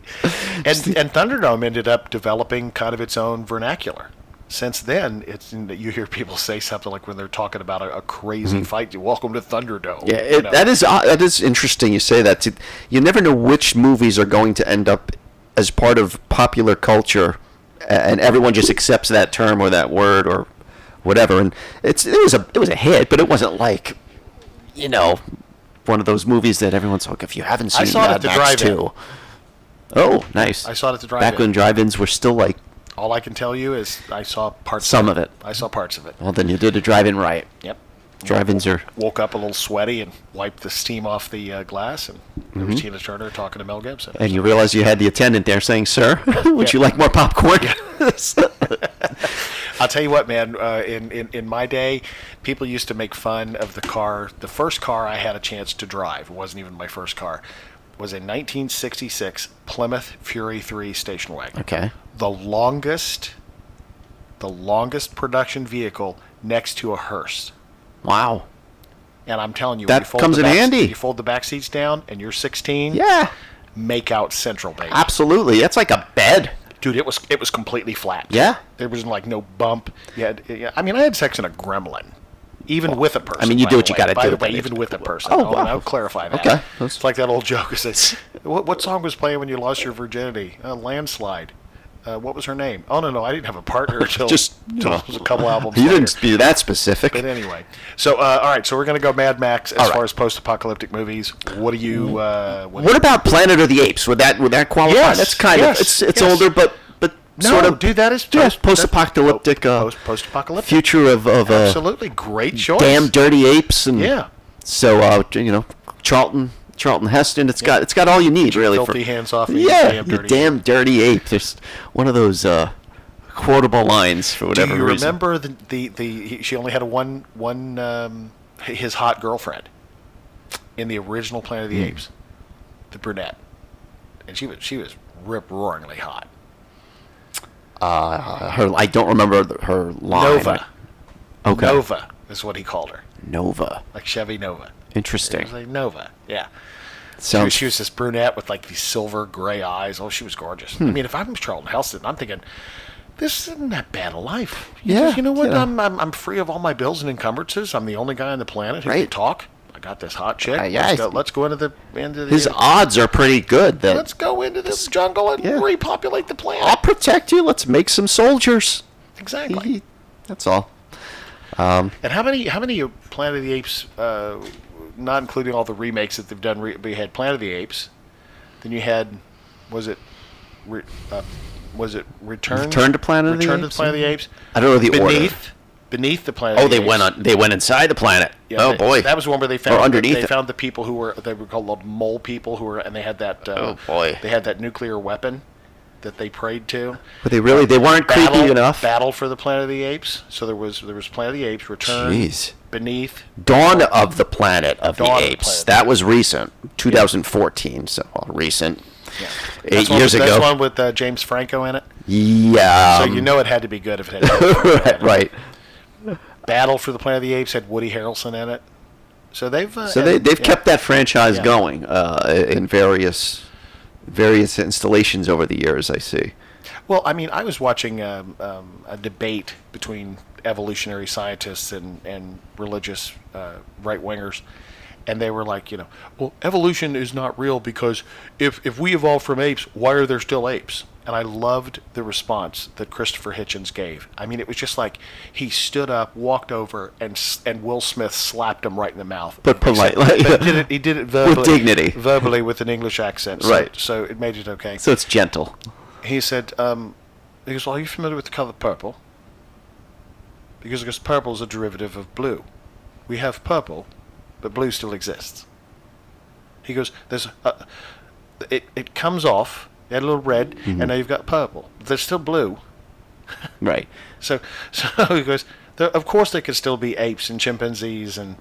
Speaker 2: And and Thunderdome ended up developing kind of its own vernacular. Since then, it's you hear people say something like when they're talking about a, a crazy
Speaker 11: Mhm.
Speaker 2: fight, "Welcome to Thunderdome."
Speaker 11: Yeah,
Speaker 2: you
Speaker 11: it,
Speaker 2: know.
Speaker 11: that is uh, that is interesting. You say that too. you never know which movies are going to end up as part of popular culture, a- and everyone just accepts that term or that word or whatever. And it's it was a it was a hit, but it wasn't like you know one of those movies that everyone's like, if you haven't seen
Speaker 2: I saw it at
Speaker 11: Mad
Speaker 2: the
Speaker 11: Max
Speaker 2: drive-in.
Speaker 11: two. Oh, nice!
Speaker 2: I saw it at the
Speaker 11: Back
Speaker 2: drive-in.
Speaker 11: when drive-ins were still like
Speaker 2: All I can tell you is I saw parts.
Speaker 11: Some of it.
Speaker 2: I saw parts of it.
Speaker 11: well, then you did a drive-in right.
Speaker 2: Yep.
Speaker 11: Drive-ins are
Speaker 2: Woke up a little sweaty and wiped the steam off the uh, glass, and there was
Speaker 11: Mhm.
Speaker 2: Tina Turner talking to Mel Gibson.
Speaker 11: and you realize you had the attendant there saying, "Sir, would you like more popcorn?"
Speaker 2: I'll tell you what, man. Uh, in, in in my day, people used to make fun of the car. The first car I had a chance to drive it wasn't even my first car. Was a 1966 Plymouth Fury 3 station wagon.
Speaker 11: okay.
Speaker 2: The longest, the longest production vehicle next to a hearse.
Speaker 11: Wow.
Speaker 2: And I'm telling you,
Speaker 11: That
Speaker 2: when you fold
Speaker 11: comes
Speaker 2: the
Speaker 11: in
Speaker 2: back-
Speaker 11: handy.
Speaker 2: You fold the back seats down, and you're 16.
Speaker 11: Yeah.
Speaker 2: Make out central, baby.
Speaker 11: Absolutely. That's like a bed.
Speaker 2: Dude, it was it was completely flat.
Speaker 11: Yeah.
Speaker 2: There was like no bump. You had, yeah, I mean, I had sex in a gremlin, even with a person.
Speaker 11: I mean, you
Speaker 2: by
Speaker 11: do
Speaker 2: the
Speaker 11: what you
Speaker 2: way.
Speaker 11: gotta
Speaker 2: by
Speaker 11: do,
Speaker 2: The
Speaker 11: but
Speaker 2: way,
Speaker 11: it's-
Speaker 2: even with a person.
Speaker 11: Oh,
Speaker 2: Oh, and
Speaker 11: wow.
Speaker 2: I'll clarify that.
Speaker 11: Okay.
Speaker 2: It's like that old joke. Is it? What, what song was playing when you lost your virginity? Uh, landslide. Uh, what was her name? Oh no, no, I didn't have a partner until
Speaker 11: Just
Speaker 2: until it was a couple albums.
Speaker 11: You
Speaker 2: later.
Speaker 11: didn't be that specific.
Speaker 2: But anyway, so uh, all right, so we're gonna go Mad Max as
Speaker 11: All right.
Speaker 2: far as post-apocalyptic movies. What do you? Uh, what,
Speaker 11: What about Planet of the Apes? Would that would that qualify?
Speaker 2: Yes,
Speaker 11: That's kind
Speaker 2: yes,
Speaker 11: of it's it's
Speaker 2: yes.
Speaker 11: older, but but
Speaker 2: No,
Speaker 11: sort of.
Speaker 2: dude, that is
Speaker 11: yeah,
Speaker 2: post-
Speaker 11: post-apocalyptic. Uh,
Speaker 2: post-apocalyptic.
Speaker 11: future of of uh,
Speaker 2: absolutely great choice?
Speaker 11: Damn dirty apes and
Speaker 2: Yeah.
Speaker 11: So uh, you know, Charlton Charlton Heston. It's got it's got all you need really. for-
Speaker 2: Filthy hands off me,
Speaker 11: Yeah,
Speaker 2: damn
Speaker 11: you
Speaker 2: dirty
Speaker 11: damn dirty ape. There's one of those uh, quotable lines for
Speaker 2: Do
Speaker 11: whatever
Speaker 2: you
Speaker 11: reason.
Speaker 2: remember the the, the he, she only had a one one um, his hot girlfriend in the original Planet of the
Speaker 11: Hmm.
Speaker 2: Apes, the brunette, and she was she was rip roaringly hot.
Speaker 11: Uh, her I don't remember the, her line.
Speaker 2: Nova.
Speaker 11: Okay.
Speaker 2: Nova is what he called her,
Speaker 11: Nova.
Speaker 2: like Chevy Nova. It
Speaker 11: Interesting.
Speaker 2: was like Nova, yeah. She was,
Speaker 11: Sounds
Speaker 2: she was this brunette with like these silver gray eyes. Oh, she was gorgeous. I
Speaker 11: Hmm.
Speaker 2: mean, if I'm Charlton Heston, I'm thinking, this isn't that bad a life.
Speaker 11: Yeah,
Speaker 2: Just, you know what?
Speaker 11: yeah.
Speaker 2: I'm, I'm I'm free of all my bills and encumbrances. I'm the only guy on the planet who can
Speaker 11: Right.
Speaker 2: talk. I got this hot chick.
Speaker 11: Uh, yeah,
Speaker 2: let's,
Speaker 11: I-
Speaker 2: go, let's go into the into the
Speaker 11: his odds are pretty good. That
Speaker 2: Let's go into this jungle and repopulate the planet.
Speaker 11: I'll protect you. Let's make some soldiers.
Speaker 2: Exactly.
Speaker 11: That's all. Um,
Speaker 2: And how many how many Planet of the Apes, uh, not including all the remakes that they've done? Re- but you had Planet of the Apes, then you had was it re- uh, was it Return
Speaker 11: Return to Planet of the
Speaker 2: Return to
Speaker 11: Apes,
Speaker 2: Planet of the
Speaker 11: yeah.
Speaker 2: Apes?
Speaker 11: I don't know the order.
Speaker 2: Beneath Beneath the Planet.
Speaker 11: oh,
Speaker 2: of the
Speaker 11: they went
Speaker 2: Apes.
Speaker 11: on. They went inside the planet.
Speaker 2: Yeah,
Speaker 11: oh
Speaker 2: they-
Speaker 11: boy,
Speaker 2: that was the one where they found
Speaker 11: or underneath
Speaker 2: They
Speaker 11: it.
Speaker 2: found the people who were they were called mole people who were, and they had that. Uh,
Speaker 11: Oh, boy.
Speaker 2: they had that nuclear weapon that they prayed to.
Speaker 11: But they really they weren't creepy
Speaker 2: Battle-
Speaker 11: enough.
Speaker 2: Battle for the Planet of the Apes. So there was there was Planet of the Apes. Return.
Speaker 11: Jeez.
Speaker 2: Beneath.
Speaker 11: Dawn of the Planet of
Speaker 2: Dawn of
Speaker 11: the
Speaker 2: the
Speaker 11: Apes.
Speaker 2: Planet.
Speaker 11: that was recent, 2014. So well, recent, eight
Speaker 2: That's one
Speaker 11: years
Speaker 2: with,
Speaker 11: ago. Um,
Speaker 2: That's one with uh, James Franco in it.
Speaker 11: Yeah.
Speaker 2: so you know it had to be good if it had. James Franco in it.
Speaker 11: right.
Speaker 2: Battle for the Planet of the Apes had Woody Harrelson in it. So they've. Uh,
Speaker 11: So they
Speaker 2: had-
Speaker 11: they've
Speaker 2: yeah.
Speaker 11: kept that franchise
Speaker 2: Yeah.
Speaker 11: going uh, in various various installations over the years. I see.
Speaker 2: Well, I mean, I was watching um, um, a debate between evolutionary scientists and and religious uh, right wingers, and they were like, you know, well, evolution is not real because if if we evolved from apes, why are there still apes? And I loved the response that Christopher Hitchens gave. I mean, it was just like he stood up, walked over, and s- and Will Smith slapped him right in the mouth,
Speaker 11: But politely.
Speaker 2: But did it, he did it
Speaker 11: With
Speaker 2: verbally,
Speaker 11: dignity.
Speaker 2: verbally with an English accent, so-
Speaker 11: Right.
Speaker 2: So it made it okay
Speaker 11: So it's gentle.
Speaker 2: he said, um, he goes, well, are you familiar with the color purple? Because I guess purple is a derivative of blue. We have purple, but blue still exists. He goes, there's, uh, it, it comes off, you had a little red,
Speaker 11: Mm-hmm.
Speaker 2: and now you've got purple. There's still blue.
Speaker 11: Right.
Speaker 2: So, so he goes, there, of course there could still be apes and chimpanzees and,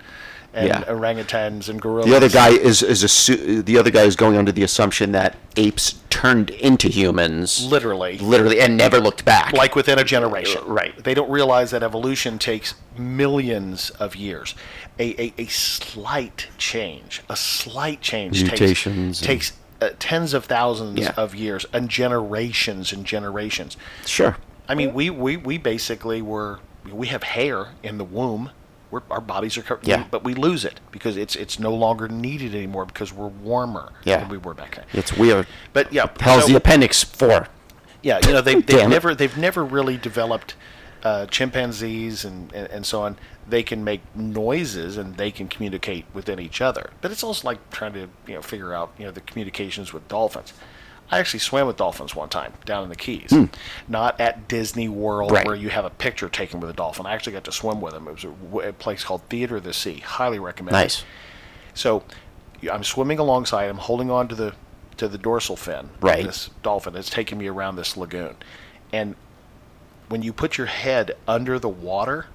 Speaker 2: and
Speaker 11: Yeah.
Speaker 2: orangutans and gorillas.
Speaker 11: The other guy is is assu- the other guy is going under the assumption that apes turned into humans
Speaker 2: Literally.
Speaker 11: literally, and never looked back.
Speaker 2: like within a generation.
Speaker 11: Right.
Speaker 2: They don't realize that evolution takes millions of years. A, a, a slight change, a slight change takes-
Speaker 11: Mutations and-
Speaker 2: takes, uh, tens of thousands
Speaker 11: Yeah.
Speaker 2: of years and generations and generations.
Speaker 11: Sure.
Speaker 2: I mean, we, we, we basically were, we have hair in the womb. We're, our bodies are covered,
Speaker 11: Yeah.
Speaker 2: but we lose it because it's it's no longer needed anymore because we're warmer
Speaker 11: Yeah.
Speaker 2: than we were back then.
Speaker 11: It's weird.
Speaker 2: But yeah,
Speaker 11: How's
Speaker 2: so-
Speaker 11: the appendix for?
Speaker 2: yeah, you know they they've
Speaker 11: Damn it.
Speaker 2: never they've never really developed uh, chimpanzees and, and and so on. They can make noises and they can communicate within each other. But it's also like trying to you know figure out you know the communications with dolphins. I actually swam with dolphins one time down in the Keys, not at Disney World
Speaker 11: Hmm. Right.
Speaker 2: where you have a picture taken with a dolphin. I actually got to swim with them. It was a, w- a place called Theater of the Sea. Highly recommended.
Speaker 11: Nice.
Speaker 2: So I'm swimming alongside. I'm holding on to the to the dorsal fin. of
Speaker 11: Right.
Speaker 2: This dolphin that's taking me around this lagoon, and when you put your head under the water,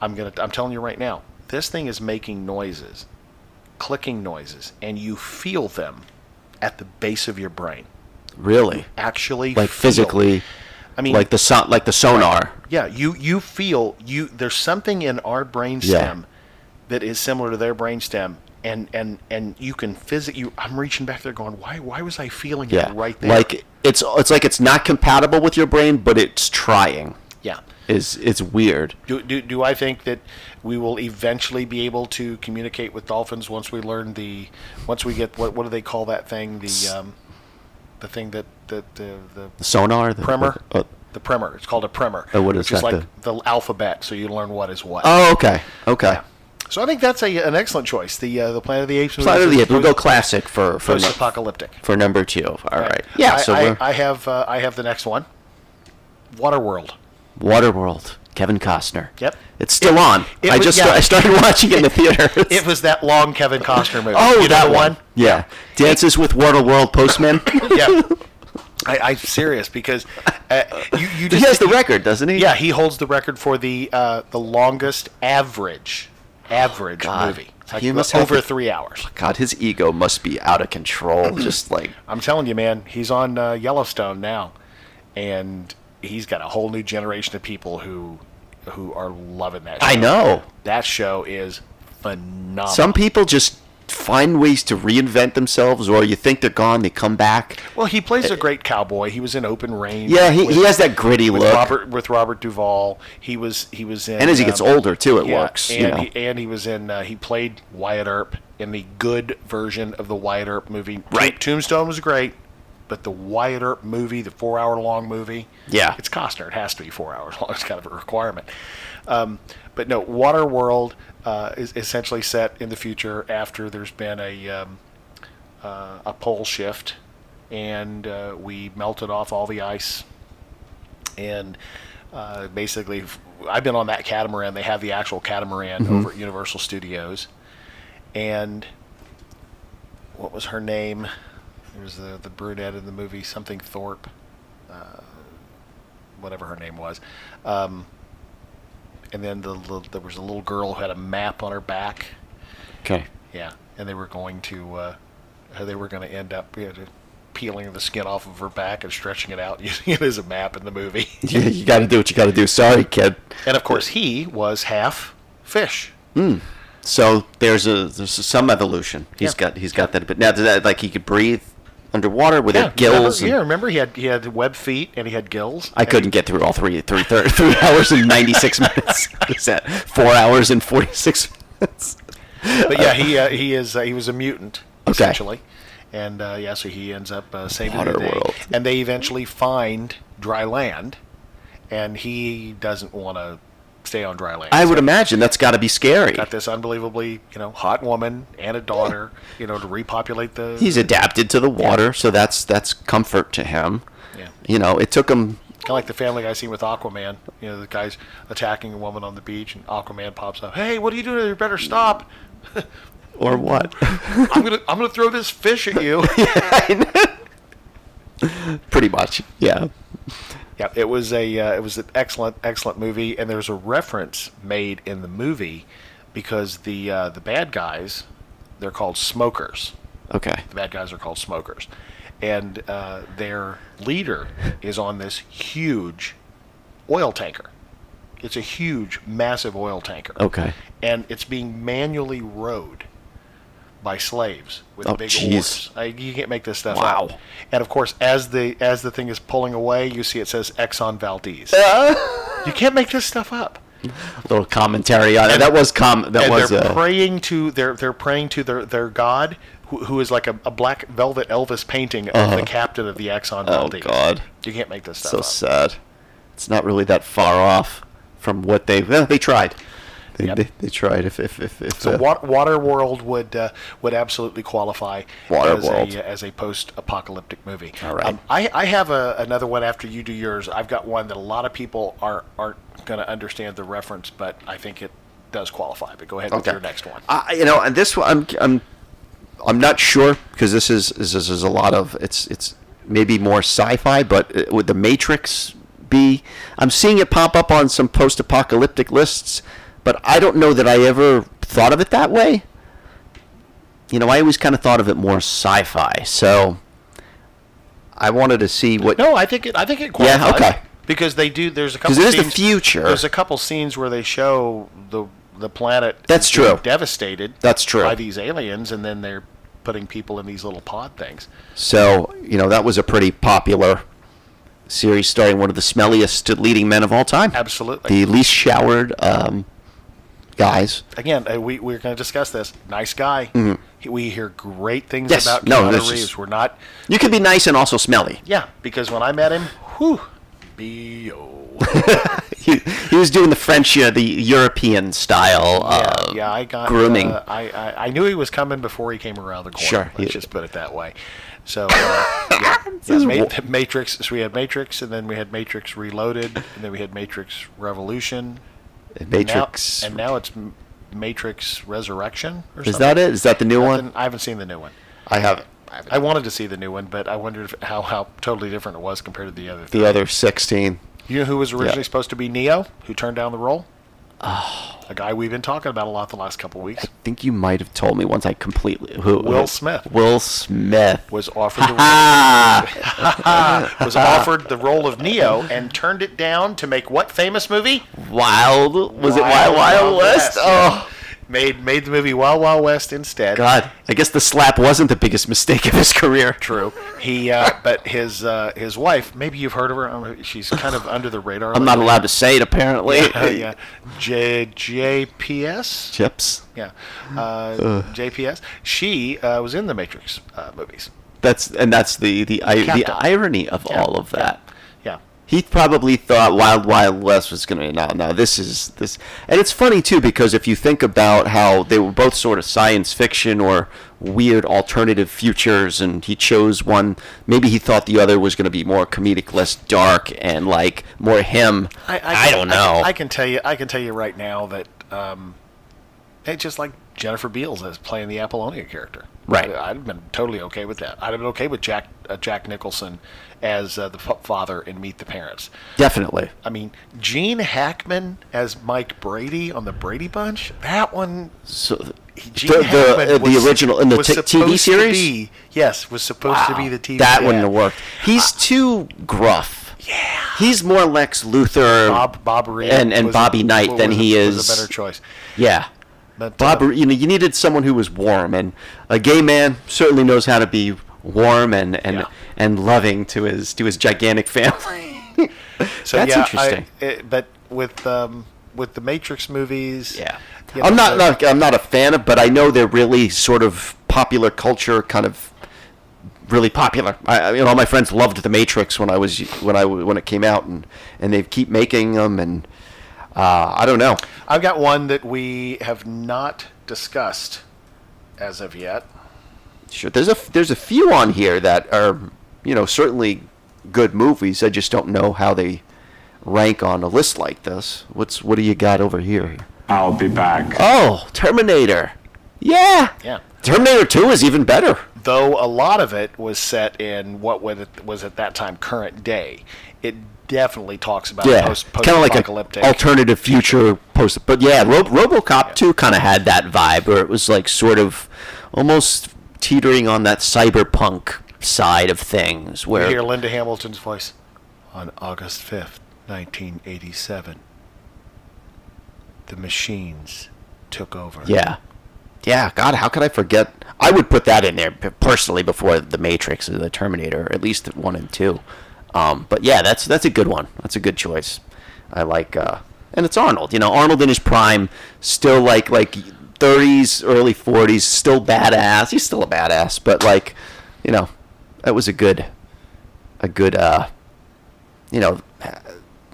Speaker 2: I'm gonna. I'm telling you right now, this thing is making noises, clicking noises, and you feel them at the base of your brain.
Speaker 11: Really?
Speaker 2: Actually,
Speaker 11: Like
Speaker 2: feel-
Speaker 11: physically?
Speaker 2: I mean-
Speaker 11: like the so- like the sonar.
Speaker 2: Yeah, you you feel you. There's something in our brainstem
Speaker 11: Yeah.
Speaker 2: stem that is similar to their brainstem, and and and you can physically. You, I'm reaching back there, going, why why was I feeling
Speaker 11: Yeah.
Speaker 2: that right there?
Speaker 11: Like it's it's like it's not compatible with your brain, but it's trying.
Speaker 2: Yeah.
Speaker 11: Is it's weird.
Speaker 2: Do, do, do I think that we will eventually be able to communicate with dolphins once we learn the once we get what what do they call that thing the um, the thing that that uh, the
Speaker 11: The sonar, the-
Speaker 2: primer
Speaker 11: uh,
Speaker 2: the primer it's called a primer
Speaker 11: Oh, what is
Speaker 2: which is
Speaker 11: that,
Speaker 2: like the, alphabet so you learn what is what
Speaker 11: Oh, okay, okay.
Speaker 2: so I think that's a, an excellent choice the uh, the Planet of the Apes
Speaker 11: Planet of the Apes. We'll go classic for for
Speaker 2: post apocalyptic
Speaker 11: for number two. All right. Yeah.
Speaker 2: I,
Speaker 11: so
Speaker 2: I,
Speaker 11: we're
Speaker 2: I have uh, I have the next one Waterworld
Speaker 11: Waterworld. Kevin Costner.
Speaker 2: Yep.
Speaker 11: It's still on.
Speaker 2: it
Speaker 11: I
Speaker 2: was-
Speaker 11: just
Speaker 2: yeah.
Speaker 11: I started watching it in the theater.
Speaker 2: it was that long Kevin Costner movie
Speaker 11: Oh,
Speaker 2: You know
Speaker 11: that one. Yeah. Dances with Waterworld postman.
Speaker 2: yeah. I, I'm serious because uh, you, you just
Speaker 11: he has the record, doesn't he?
Speaker 2: yeah he holds the record for the uh, the longest average average
Speaker 11: God.
Speaker 2: movie. It's like
Speaker 11: He must have
Speaker 2: over
Speaker 11: the-
Speaker 2: three hours.
Speaker 11: God, his ego must be out of control. just like
Speaker 2: I'm telling you, man, he's on uh, Yellowstone now, and he's got a whole new generation of people who who are loving that. Show.
Speaker 11: I know.
Speaker 2: that show is phenomenal.
Speaker 11: some people just find ways to reinvent themselves, or you think they're gone, they come back.
Speaker 2: Well, he plays a great cowboy. He was in Open Range.
Speaker 11: Eh, Yeah, he- he has that gritty
Speaker 2: with
Speaker 11: look.
Speaker 2: Robert, with Robert Duvall, he was he was in. um,
Speaker 11: And as he gets older, too, it
Speaker 2: yeah,
Speaker 11: works,
Speaker 2: And
Speaker 11: you know.
Speaker 2: he, and he was in. Uh, he played Wyatt Earp in the good version of the Wyatt Earp movie.
Speaker 11: Right.
Speaker 2: Tombstone was great, but the Wyatt Earp movie, the four-hour-long movie.
Speaker 11: Yeah.
Speaker 2: it's Costner. It has to be four hours long. It's kind of a requirement. Um, but no, Waterworld uh, is essentially set in the future after there's been a um, uh, a pole shift, and uh, we melted off all the ice. And uh, basically, f- I've been on that catamaran. They have the actual catamaran
Speaker 11: Mhm.
Speaker 2: over at Universal Studios, and what was her name? There's the the brunette in the movie, something Thorpe, uh, whatever her name was. Um, and then the, the there was a little girl who had a map on her back.
Speaker 11: Okay.
Speaker 2: Yeah, and they were going to, uh, they were going to end up you know, peeling the skin off of her back and stretching it out, using it as a map in the movie.
Speaker 11: Yeah, you got to do what you got to do. Sorry, kid.
Speaker 2: And of course, he was half fish.
Speaker 11: Hmm. So there's a there's some evolution. He's
Speaker 2: Yeah.
Speaker 11: got he's got that. But now does that like he could breathe underwater with
Speaker 2: yeah,
Speaker 11: their gills.
Speaker 2: Remember, yeah,
Speaker 11: and-
Speaker 2: remember he had he had web feet and he had gills.
Speaker 11: I
Speaker 2: And
Speaker 11: couldn't get through all three three thir- three hours and ninety six minutes. Is that four hours and forty six minutes?
Speaker 2: but yeah, he uh, he is uh, he was a mutant
Speaker 11: Okay.
Speaker 2: essentially, and uh, yeah, so he ends up uh, saving the day.
Speaker 11: Waterworld.
Speaker 2: And they eventually find dry land, and he doesn't want to stay on dry land.
Speaker 11: I would imagine that's got to be scary.
Speaker 2: Got this unbelievably, you know, hot woman and a daughter, you know, to repopulate the.
Speaker 11: He's adapted to the water, so that's that's comfort to him.
Speaker 2: Yeah.
Speaker 11: You know, it took him
Speaker 2: Kind of like the Family Guy scene with Aquaman. You know, the guy's attacking a woman on the beach, and Aquaman pops up. Hey, what are you doing? You better stop.
Speaker 11: or what?
Speaker 2: I'm gonna, I'm gonna throw this fish at you.
Speaker 11: Pretty much. Yeah.
Speaker 2: Yeah, it was a uh, it was an excellent excellent movie, and there's a reference made in the movie because the uh, the bad guys they're called smokers.
Speaker 11: Okay.
Speaker 2: The bad guys are called smokers, and uh, their leader is on this huge oil tanker. It's a huge, massive oil tanker,
Speaker 11: Okay.
Speaker 2: and it's being manually rowed by slaves with
Speaker 11: Oh,
Speaker 2: big
Speaker 11: jeez.
Speaker 2: oars. I, you can't make this stuff
Speaker 11: Wow.
Speaker 2: up. And of course, as the as the thing is pulling away, you see it says Exxon Valdez. you can't make this stuff up.
Speaker 11: little commentary on it. That was com. That
Speaker 2: and
Speaker 11: was
Speaker 2: they're
Speaker 11: uh,
Speaker 2: praying to they're they're praying to their their god, who, who is like a, a black velvet Elvis painting of
Speaker 11: Uh-huh.
Speaker 2: the captain of the Exxon
Speaker 11: Oh,
Speaker 2: Valdez.
Speaker 11: God.
Speaker 2: you can't make this stuff
Speaker 11: so
Speaker 2: up.
Speaker 11: sad. It's not really that far off from what they well, they tried. They,
Speaker 2: Yep.
Speaker 11: they, they tried. If if if, if
Speaker 2: So
Speaker 11: uh,
Speaker 2: Wa- Waterworld would uh, would absolutely qualify as
Speaker 11: Waterworld.
Speaker 2: a, as a post-apocalyptic movie.
Speaker 11: All right.
Speaker 2: Um, I, I have a, another one after you do yours. I've got one that a lot of people are aren't going to understand the reference, but I think it does qualify. But go ahead with
Speaker 11: Okay.
Speaker 2: your next one.
Speaker 11: I, you know, and this one, I'm, I'm, I'm not sure because this is this is a lot of it's it's maybe more sci-fi, but uh, would the Matrix be? I'm seeing it pop up on some post-apocalyptic lists, but I don't know that I ever thought of it that way. You know, I always kind of thought of it more sci-fi, so I wanted to see what.
Speaker 2: No, I think it. I think it
Speaker 11: Yeah,
Speaker 2: qualifies.
Speaker 11: okay.
Speaker 2: Because they do. There's a couple.
Speaker 11: Because it is the
Speaker 2: scenes-
Speaker 11: future.
Speaker 2: There's a couple scenes where they show the the planet.
Speaker 11: That's
Speaker 2: is being
Speaker 11: true.
Speaker 2: Devastated.
Speaker 11: That's true.
Speaker 2: By these aliens, and then they're putting people in these little pod things.
Speaker 11: So, you know, that was a pretty popular series starring one of the smelliest leading men of all time.
Speaker 2: Absolutely.
Speaker 11: The least showered um, guys.
Speaker 2: Again, uh, we we're going to discuss this. Nice guy.
Speaker 11: Mhm.
Speaker 2: He- We hear great things
Speaker 11: Yes.
Speaker 2: about
Speaker 11: No,
Speaker 2: Keanu
Speaker 11: that's
Speaker 2: Reeves.
Speaker 11: just-
Speaker 2: We're not.
Speaker 11: You can be nice and also smelly.
Speaker 2: Yeah, because when I met him, whew, bo.
Speaker 11: He, he was doing the French, uh, the European style uh,
Speaker 2: yeah, I got
Speaker 11: grooming.
Speaker 2: uh, I, I I knew he was coming before he came around the corner.
Speaker 11: Sure,
Speaker 2: let's
Speaker 11: he-
Speaker 2: just put it that way. So, uh, yeah, yeah,
Speaker 11: is
Speaker 2: Ma-
Speaker 11: wa-
Speaker 2: Matrix. So we had Matrix, and then we had Matrix Reloaded, and then we had Matrix Revolution.
Speaker 11: And
Speaker 2: now-
Speaker 11: Matrix-
Speaker 2: and now it's M- Matrix Resurrection. Or
Speaker 11: Is
Speaker 2: something.
Speaker 11: that it? Is that the new
Speaker 2: I
Speaker 11: one?
Speaker 2: haven't- I haven't seen the new one.
Speaker 11: I have
Speaker 2: I wanted to see the new one, but I wondered if, how how totally different it was compared to the other.
Speaker 11: the other 16.
Speaker 2: You know who was originally
Speaker 11: Yeah.
Speaker 2: supposed to be Neo, who turned down the role? A guy we've been talking about a lot the last couple weeks.
Speaker 11: I think you might have told me once I completely. Who,
Speaker 2: Will
Speaker 11: who-
Speaker 2: Smith.
Speaker 11: Will Smith. Ah,
Speaker 2: was offered the was offered the role of Neo and turned it down to make what famous movie?
Speaker 11: Wild. Was it Wild Wild West? Oh.
Speaker 2: Made made the movie Wild Wild West instead.
Speaker 11: God, I guess the slap wasn't the biggest mistake of his career.
Speaker 2: True. He uh, but his uh, his wife, maybe you've heard of her. um, She's kind of under the radar.
Speaker 11: I'm not allowed to say it, apparently.
Speaker 2: Yeah, yeah. J JPS.
Speaker 11: Chips.
Speaker 2: Yeah.
Speaker 11: Ugh.
Speaker 2: Uh, JPS. She uh, was in the Matrix uh, movies.
Speaker 11: That's and that's the the I, the
Speaker 2: Captain.
Speaker 11: irony of all of that.
Speaker 2: Yeah.
Speaker 11: He probably thought Wild Wild West was going to be no, no. This is this, and it's funny too because if you think about how they were both sort of science fiction or weird alternative futures, and he chose one. Maybe he thought the other was going to be more comedic, less dark, and like more him.
Speaker 2: I,
Speaker 11: I don't know.
Speaker 2: I, can tell you. I can tell you right now that um, it's just like Jennifer Beals as playing the Apollonia character.
Speaker 11: Right.
Speaker 2: I'd have been totally okay with that. I'd have been okay with Jack uh, Jack Nicholson as uh, the fa- father in Meet the Parents.
Speaker 11: Definitely.
Speaker 2: I mean, Gene Hackman as Mike Brady on the Brady Bunch. That one.
Speaker 11: So the,
Speaker 2: Gene
Speaker 11: the,
Speaker 2: Hackman
Speaker 11: uh, the
Speaker 2: was-
Speaker 11: original in the
Speaker 2: was
Speaker 11: t- TV
Speaker 2: supposed to
Speaker 11: series.
Speaker 2: be- yes, was supposed to be the TV.
Speaker 11: Ah, that
Speaker 2: dad.
Speaker 11: wouldn't have worked. He's
Speaker 2: Ah.
Speaker 11: too gruff. Yeah. He's more Lex Luthor
Speaker 2: Bob Bob Reed
Speaker 11: and, and
Speaker 2: was-
Speaker 11: Bobby Knight
Speaker 2: was
Speaker 11: than
Speaker 2: a-
Speaker 11: he is.
Speaker 2: was a better choice.
Speaker 11: Yeah.
Speaker 2: But, uh,
Speaker 11: Bob, you know, you needed someone who was warm, and a gay man certainly knows how to be warm and and, and loving to his to his gigantic family.
Speaker 2: So
Speaker 11: That's
Speaker 2: yeah,
Speaker 11: interesting.
Speaker 2: I, it, but with um, with the Matrix movies, yeah,
Speaker 11: I'm not, not I'm not a fan of, but I know they're really sort of popular culture, kind of really popular. I, I mean, all my friends loved The Matrix when I was when I w- when it came out, and and they keep making them, and uh, I don't know.
Speaker 2: I've got one that we have not discussed as of yet.
Speaker 11: Sure, there's a there's a few on here that are you know certainly good movies. I just don't know how they rank on a list like this. What's what do you got over here?
Speaker 17: I'll be back.
Speaker 11: Oh, Terminator. Yeah.
Speaker 2: Yeah.
Speaker 11: Terminator 2 is even better.
Speaker 2: Though a lot of it was set in what was at, was at that time current day, it definitely talks about
Speaker 11: yeah,
Speaker 2: post post
Speaker 11: kind of like
Speaker 2: apocalyptic.
Speaker 11: an alternative future post. But yeah, Ro- RoboCop too kind of had that vibe where it was like sort of almost teetering on that cyberpunk side of things.
Speaker 2: we
Speaker 11: Where
Speaker 2: hear Linda Hamilton's voice on August fifth, nineteen eighty seven. The machines took over.
Speaker 11: yeah, yeah, God, how could I forget? I would put that in there p- personally before the Matrix or the Terminator, at least one and two. Um, but yeah, that's that's a good one. That's a good choice. I like, uh, and it's Arnold. You know, Arnold in his prime, still like like 30s, early 40s, still badass. He's still a badass, but like, you know, that was a good, a good, uh, you know,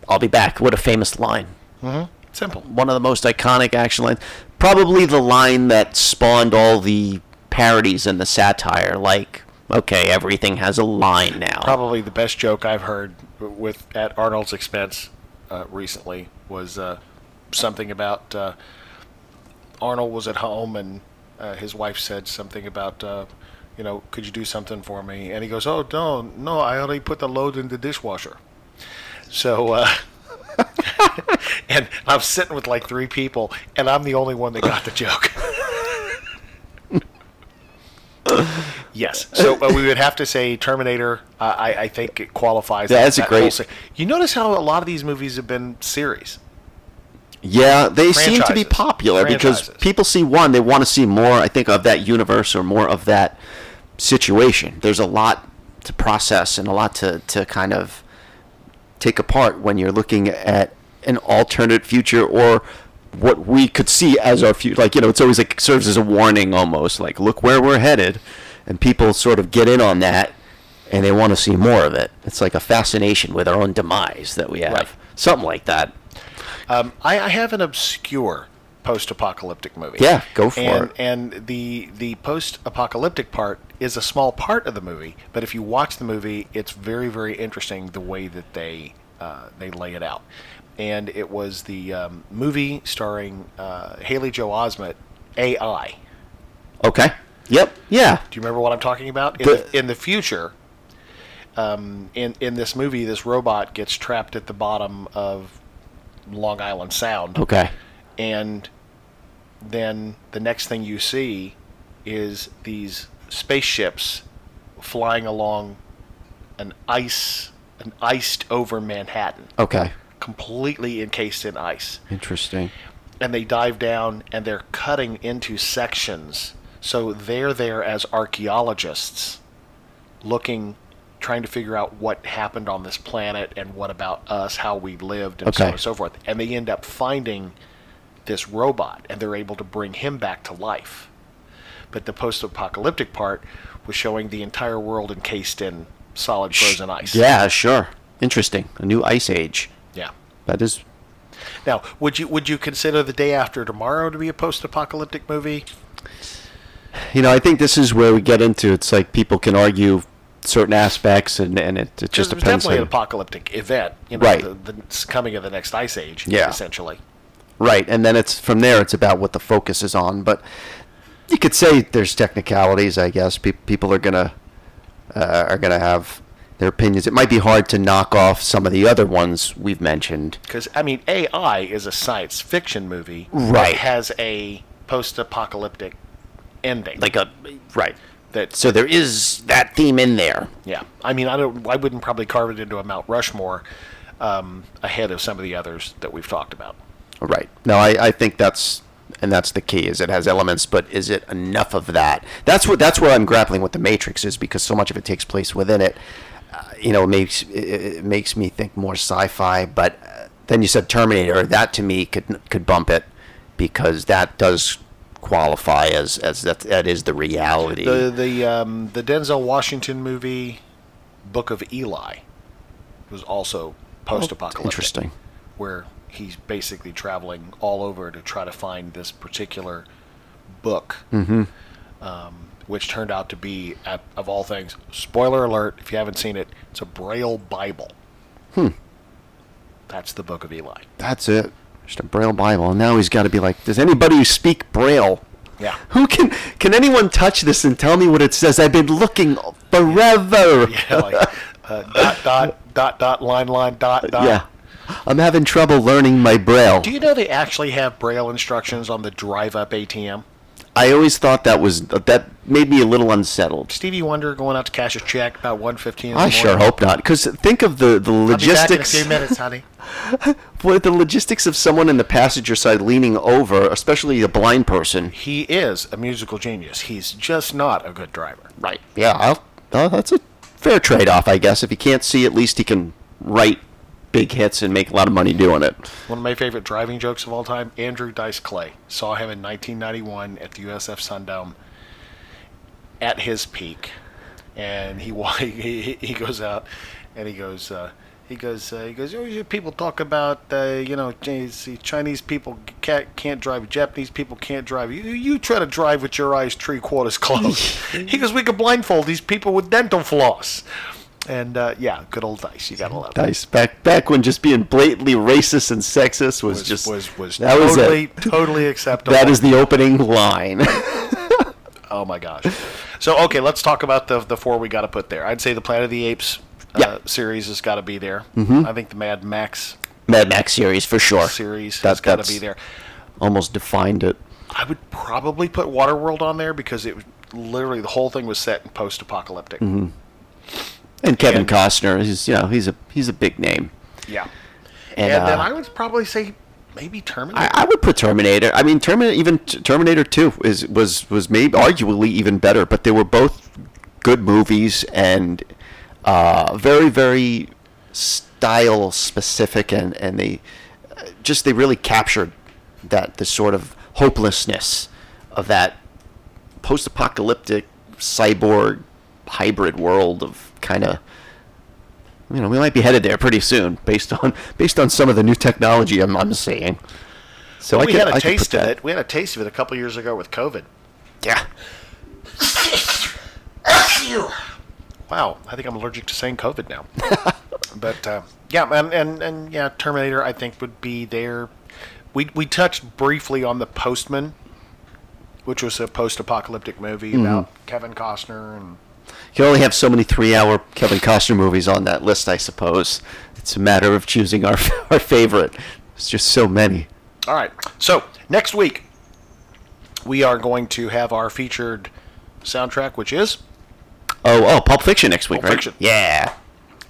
Speaker 11: I'll be back. What a famous line.
Speaker 2: Mm-hmm. Simple.
Speaker 11: One of the most iconic action lines. Probably the line that spawned all the parodies and the satire. Like, okay, everything has a line now.
Speaker 2: Probably the best joke I've heard with at Arnold's expense uh, recently was uh, something about uh, Arnold was at home and uh, his wife said something about uh, you know could you do something for me and he goes oh no no I already put the load in the dishwasher so. Uh, and I'm sitting with like three people, and I'm the only one that got the joke. yes. So uh, we would have to say Terminator. Uh, I, I think it qualifies.
Speaker 11: Yeah, that's a
Speaker 2: whole
Speaker 11: great-
Speaker 2: se- You notice how a lot of these movies have been series.
Speaker 11: Yeah, they seem to
Speaker 2: Franchises.
Speaker 11: be popular because people see one, they want to see more, I think, of that universe or more of that situation. There's a lot to process and a lot to, to kind of take apart when you're looking at an alternate future or what we could see as our future. Like, you know, it's always like serves as a warning almost, like, look where we're headed. And people sort of get in on that and they want to see more of it. It's like a fascination with our own demise that we have. Something like that.
Speaker 2: Um, I, I have an obscure post-apocalyptic movie.
Speaker 11: Yeah, go for
Speaker 2: and,
Speaker 11: it.
Speaker 2: And the the post-apocalyptic part is a small part of the movie, but if you watch the movie, it's very very interesting the way that they uh, they lay it out. And it was the um, movie starring uh, Haley Joe Osment, AI.
Speaker 11: Okay. Yep. Yeah.
Speaker 2: Do you remember what I'm talking about? In
Speaker 11: The-
Speaker 2: the, in the future, um, in in this movie, this robot gets trapped at the bottom of Long Island Sound.
Speaker 11: Okay.
Speaker 2: And then the next thing you see is these spaceships flying along an ice, an iced over Manhattan,
Speaker 11: Okay.
Speaker 2: completely encased in ice
Speaker 11: Interesting.
Speaker 2: and they dive down and they're cutting into sections. So they're there as archaeologists looking trying to figure out what happened on this planet and what about us, how we lived and so on
Speaker 11: Okay.
Speaker 2: and so forth. And they end up finding this robot and they're able to bring him back to life. But the post-apocalyptic part was showing the entire world encased in solid frozen ice.
Speaker 11: Yeah, sure. Interesting. A new ice age.
Speaker 2: Yeah.
Speaker 11: That is
Speaker 2: Now, would you would you consider the day after tomorrow to be a post-apocalyptic movie?
Speaker 11: you know, I think this is where we get into it's like people can argue certain aspects and, and it, it just
Speaker 2: Because it was
Speaker 11: depends
Speaker 2: definitely an
Speaker 11: on
Speaker 2: apocalyptic event, you know,
Speaker 11: Right.
Speaker 2: the, the coming of the next ice age,
Speaker 11: Yeah.
Speaker 2: essentially.
Speaker 11: Right, and then it's from there. It's about what the focus is on, but you could say there's technicalities. I guess Pe- people are gonna uh, are gonna have their opinions. It might be hard to knock off some of the other ones we've mentioned.
Speaker 2: Because I mean, AI is a science fiction movie
Speaker 11: Right.
Speaker 2: that has a post-apocalyptic ending,
Speaker 11: like a right.
Speaker 2: That
Speaker 11: So there is that theme in there.
Speaker 2: yeah. I mean, I don't. I wouldn't probably carve it into a Mount Rushmore um, ahead of some of the others that we've talked about.
Speaker 11: Right. No, I, I think that's and that's the key is it has elements, but is it enough of that? That's what that's where I'm grappling with the Matrix is because so much of it takes place within it. Uh, you know, it makes it, it makes me think more sci-fi. But uh, then you said Terminator. That to me could could bump it because that does qualify as as that that is the reality.
Speaker 2: The the um, the Denzel Washington movie, Book of Eli, was also post-apocalyptic.
Speaker 11: Oh, Interesting.
Speaker 2: where he's basically traveling all over to try to find this particular book,
Speaker 11: Mm-hmm.
Speaker 2: um, which turned out to be, at, of all things, spoiler alert, if you haven't seen it, it's a Braille Bible.
Speaker 11: Hmm.
Speaker 2: That's the Book of Eli.
Speaker 11: That's it. Just a Braille Bible. And now he's got to be like, does anybody who speak Braille?
Speaker 2: Yeah.
Speaker 11: Who can can anyone touch this and tell me what it says? I've been looking forever.
Speaker 2: Yeah, like, uh, dot, dot, dot, dot, line, line, dot, dot.
Speaker 11: Uh, Yeah. I'm having trouble learning my Braille.
Speaker 2: Do you know they actually have Braille instructions on the drive up ATM?
Speaker 11: I always thought that was that made me a little unsettled.
Speaker 2: Stevie Wonder going out to cash a check about 115 in the
Speaker 11: I sure
Speaker 2: morning.
Speaker 11: hope not, because think of the the
Speaker 2: I'll be back in a
Speaker 11: logistics.
Speaker 2: few minutes, honey.
Speaker 11: What the logistics of someone in the passenger side leaning over, especially a blind person.
Speaker 2: He is a musical genius. He's just not a good driver.
Speaker 11: Right. Yeah, I'll, uh, that's a fair trade off, I guess. If he can't see, at least he can write big hits and make a lot of money doing it.
Speaker 2: One of my favorite driving jokes of all time, Andrew Dice Clay. Saw him in 1991 at the USF Sundome at his peak. And he wa- he, he- he goes out and he goes, uh, he goes, uh, he goes, oh, you people talk about, uh, you know, Chinese Chinese people can't, can't drive, Japanese people can't drive. You, you try to drive with your eyes three quarters closed. he goes, we could blindfold these people with dental floss. And uh, yeah, good old Dice. You got to love it.
Speaker 11: Dice back back when just being blatantly racist and sexist was, just
Speaker 2: was was
Speaker 11: that was
Speaker 2: totally
Speaker 11: it.
Speaker 2: totally acceptable.
Speaker 11: That is the opening line.
Speaker 2: oh my gosh. So okay, let's talk about the the four we got to put there. I'd say the Planet of the Apes uh, series has got to be there.
Speaker 11: Mhm.
Speaker 2: I think the Mad Max
Speaker 11: Mad Max series for sure.
Speaker 2: series
Speaker 11: That-
Speaker 2: has got
Speaker 11: that's
Speaker 2: to be there.
Speaker 11: Almost defined it.
Speaker 2: I would probably put Waterworld on there because it was literally the whole thing was set in post apocalyptic.
Speaker 11: hmm And Kevin Costner, he's you know he's a he's a big name.
Speaker 2: Yeah.
Speaker 11: And,
Speaker 2: And, then
Speaker 11: uh,
Speaker 2: I would probably say Maybe Terminator.
Speaker 11: I, I would put Terminator. I mean, Terminator even t- Terminator Two is was was maybe arguably even better, but they were both good movies and uh, very very style specific, and and they uh, just they really captured that the sort of hopelessness of that post apocalyptic cyborg hybrid world of kind of you know, we might be headed there pretty soon, based on based on some of the new technology I'm, I'm seeing. So
Speaker 2: Well,
Speaker 11: I
Speaker 2: we
Speaker 11: could,
Speaker 2: had
Speaker 11: I
Speaker 2: a
Speaker 11: could put
Speaker 2: taste of
Speaker 11: that-
Speaker 2: it. We had a taste of it a couple years ago with COVID.
Speaker 11: Yeah.
Speaker 2: wow, I think I'm allergic to saying COVID now. but uh, yeah, and, and and yeah, Terminator I think would be there. We we touched briefly on the Postman, which was a post-apocalyptic movie
Speaker 11: Mhm.
Speaker 2: about Kevin Costner and
Speaker 11: You can only have so many three-hour Kevin Costner movies on that list, I suppose. It's a matter of choosing our our favorite. It's just so many.
Speaker 2: All right. So next week, we are going to have our featured soundtrack, which is
Speaker 11: Oh, oh, Pulp Fiction next week, right? Yeah,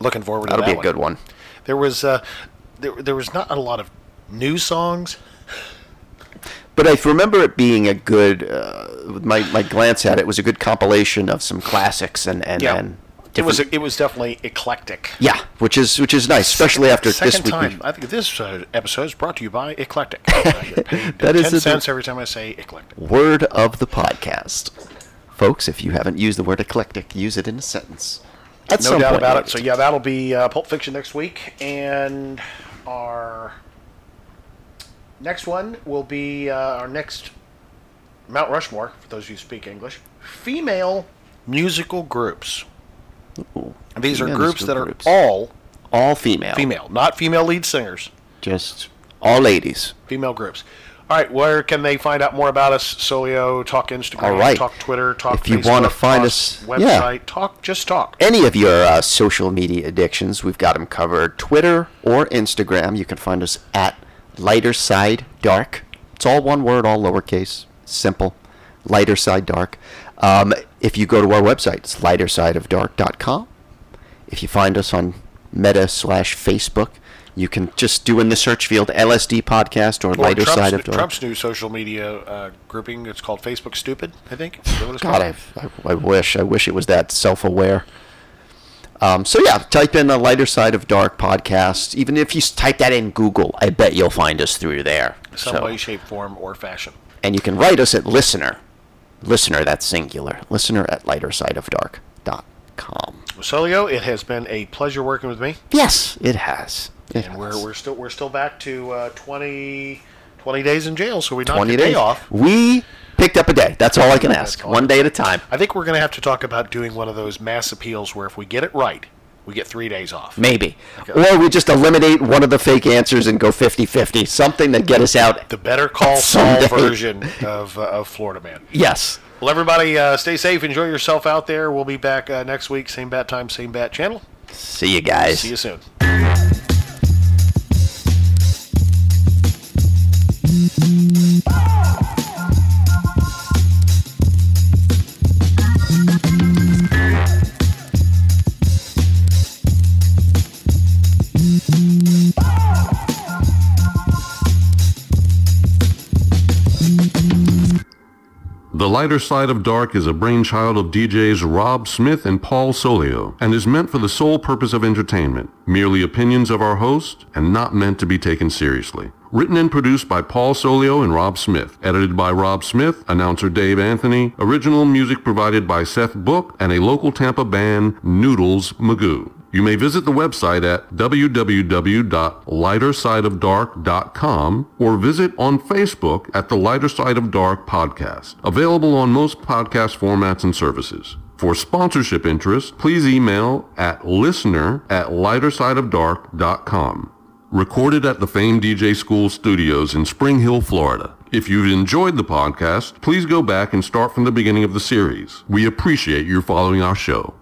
Speaker 2: looking forward to
Speaker 11: that'll
Speaker 2: that
Speaker 11: be a good one.
Speaker 2: There was uh, there, there was not a lot of new songs.
Speaker 11: But I remember it being a good. Uh, my my glance at it was a good compilation of some classics and and,
Speaker 2: Yeah.
Speaker 11: and
Speaker 2: It was
Speaker 11: different-
Speaker 2: it was definitely eclectic.
Speaker 11: yeah, which is which is nice, especially after
Speaker 2: Second
Speaker 11: this week. we-
Speaker 2: time, I think this uh, episode is brought to you by Eclectic. Uh,
Speaker 11: That is
Speaker 2: ten
Speaker 11: a-
Speaker 2: cents every time I say eclectic.
Speaker 11: word of the podcast. Folks, if you haven't used the word eclectic, use it in a sentence. At
Speaker 2: no
Speaker 11: some
Speaker 2: doubt
Speaker 11: point,
Speaker 2: about
Speaker 11: maybe.
Speaker 2: it. So yeah, that'll be uh, Pulp Fiction next week, and our next one will be uh, our next Mount Rushmore for those who speak English. Female musical groups. These are
Speaker 11: female
Speaker 2: groups
Speaker 11: musical
Speaker 2: that are
Speaker 11: groups.
Speaker 2: all
Speaker 11: All female.
Speaker 2: female, not female lead singers.
Speaker 11: Just all ladies.
Speaker 2: Female groups. All right, where can they find out more about us? Solio, talk Instagram,
Speaker 11: All right.
Speaker 2: talk Twitter, talk
Speaker 11: If you
Speaker 2: Facebook,
Speaker 11: wanna find
Speaker 2: talk
Speaker 11: us-
Speaker 2: website,
Speaker 11: yeah.
Speaker 2: talk just talk.
Speaker 11: Any of your uh, social media addictions, we've got them covered. Twitter or Instagram, you can find us at Lighter Side Dark. It's all one word, all lowercase, simple. Lighter Side Dark. Um, if you go to our website, it's lightersideofdark.com. If you find us on Meta slash Facebook, you can just do in the search field LSD podcast or,
Speaker 2: Or
Speaker 11: Lighter
Speaker 2: Trump's,
Speaker 11: Side of Dark.
Speaker 2: Trump's new social media uh, grouping. It's called Facebook Stupid, I think. Is that what it's
Speaker 11: God,
Speaker 2: called?
Speaker 11: I, I, I wish, I wish it was that self-aware. Um, so yeah, type in the lighter side of dark podcast. Even if you s- type that in Google, I bet you'll find us through there.
Speaker 2: Some
Speaker 11: So,
Speaker 2: way, shape, form, or fashion.
Speaker 11: and you can write us at listener, listener that's singular, listener at lightersideofdark.com.
Speaker 2: Solio, it has been a pleasure working with me.
Speaker 11: Yes, it has. It
Speaker 2: and we're, we're still we're still back to uh, 20, 20 days in jail, so we knocked
Speaker 11: Twenty
Speaker 2: a day
Speaker 11: days
Speaker 2: off.
Speaker 11: We picked up a day. That's all I can ask. One day at a time.
Speaker 2: I think we're going to have to talk about doing one of those mass appeals where if we get it right, we get three days off.
Speaker 11: Maybe.
Speaker 2: Okay.
Speaker 11: Or we just eliminate one of the fake answers and go 50 50. Something to get us out.
Speaker 2: The Better Call Saul
Speaker 11: Someday.
Speaker 2: version of, uh, of Florida Man.
Speaker 11: Yes.
Speaker 2: Well, everybody, uh, stay safe. Enjoy yourself out there. We'll be back uh, next week. Same bat time, same bat channel.
Speaker 11: See you guys.
Speaker 2: See you soon.
Speaker 10: The Lighter Side of Dark is a brainchild of DJs Rob Smith and Paul Solio and is meant for the sole purpose of entertainment, merely opinions of our host and not meant to be taken seriously. Written and produced by Paul Solio and Rob Smith. Edited by Rob Smith, announcer Dave Anthony. Original music provided by Seth Book and a local Tampa band, Noodles Magoo. You may visit the website at www.lightersideofdark.com or visit on Facebook at the Lighter Side of Dark podcast, available on most podcast formats and services. For sponsorship interest, please email at listener at lightersideofdark.com. Recorded at the famed DJ School Studios in Spring Hill, Florida. If you've enjoyed the podcast, please go back and start from the beginning of the series. We appreciate your following our show.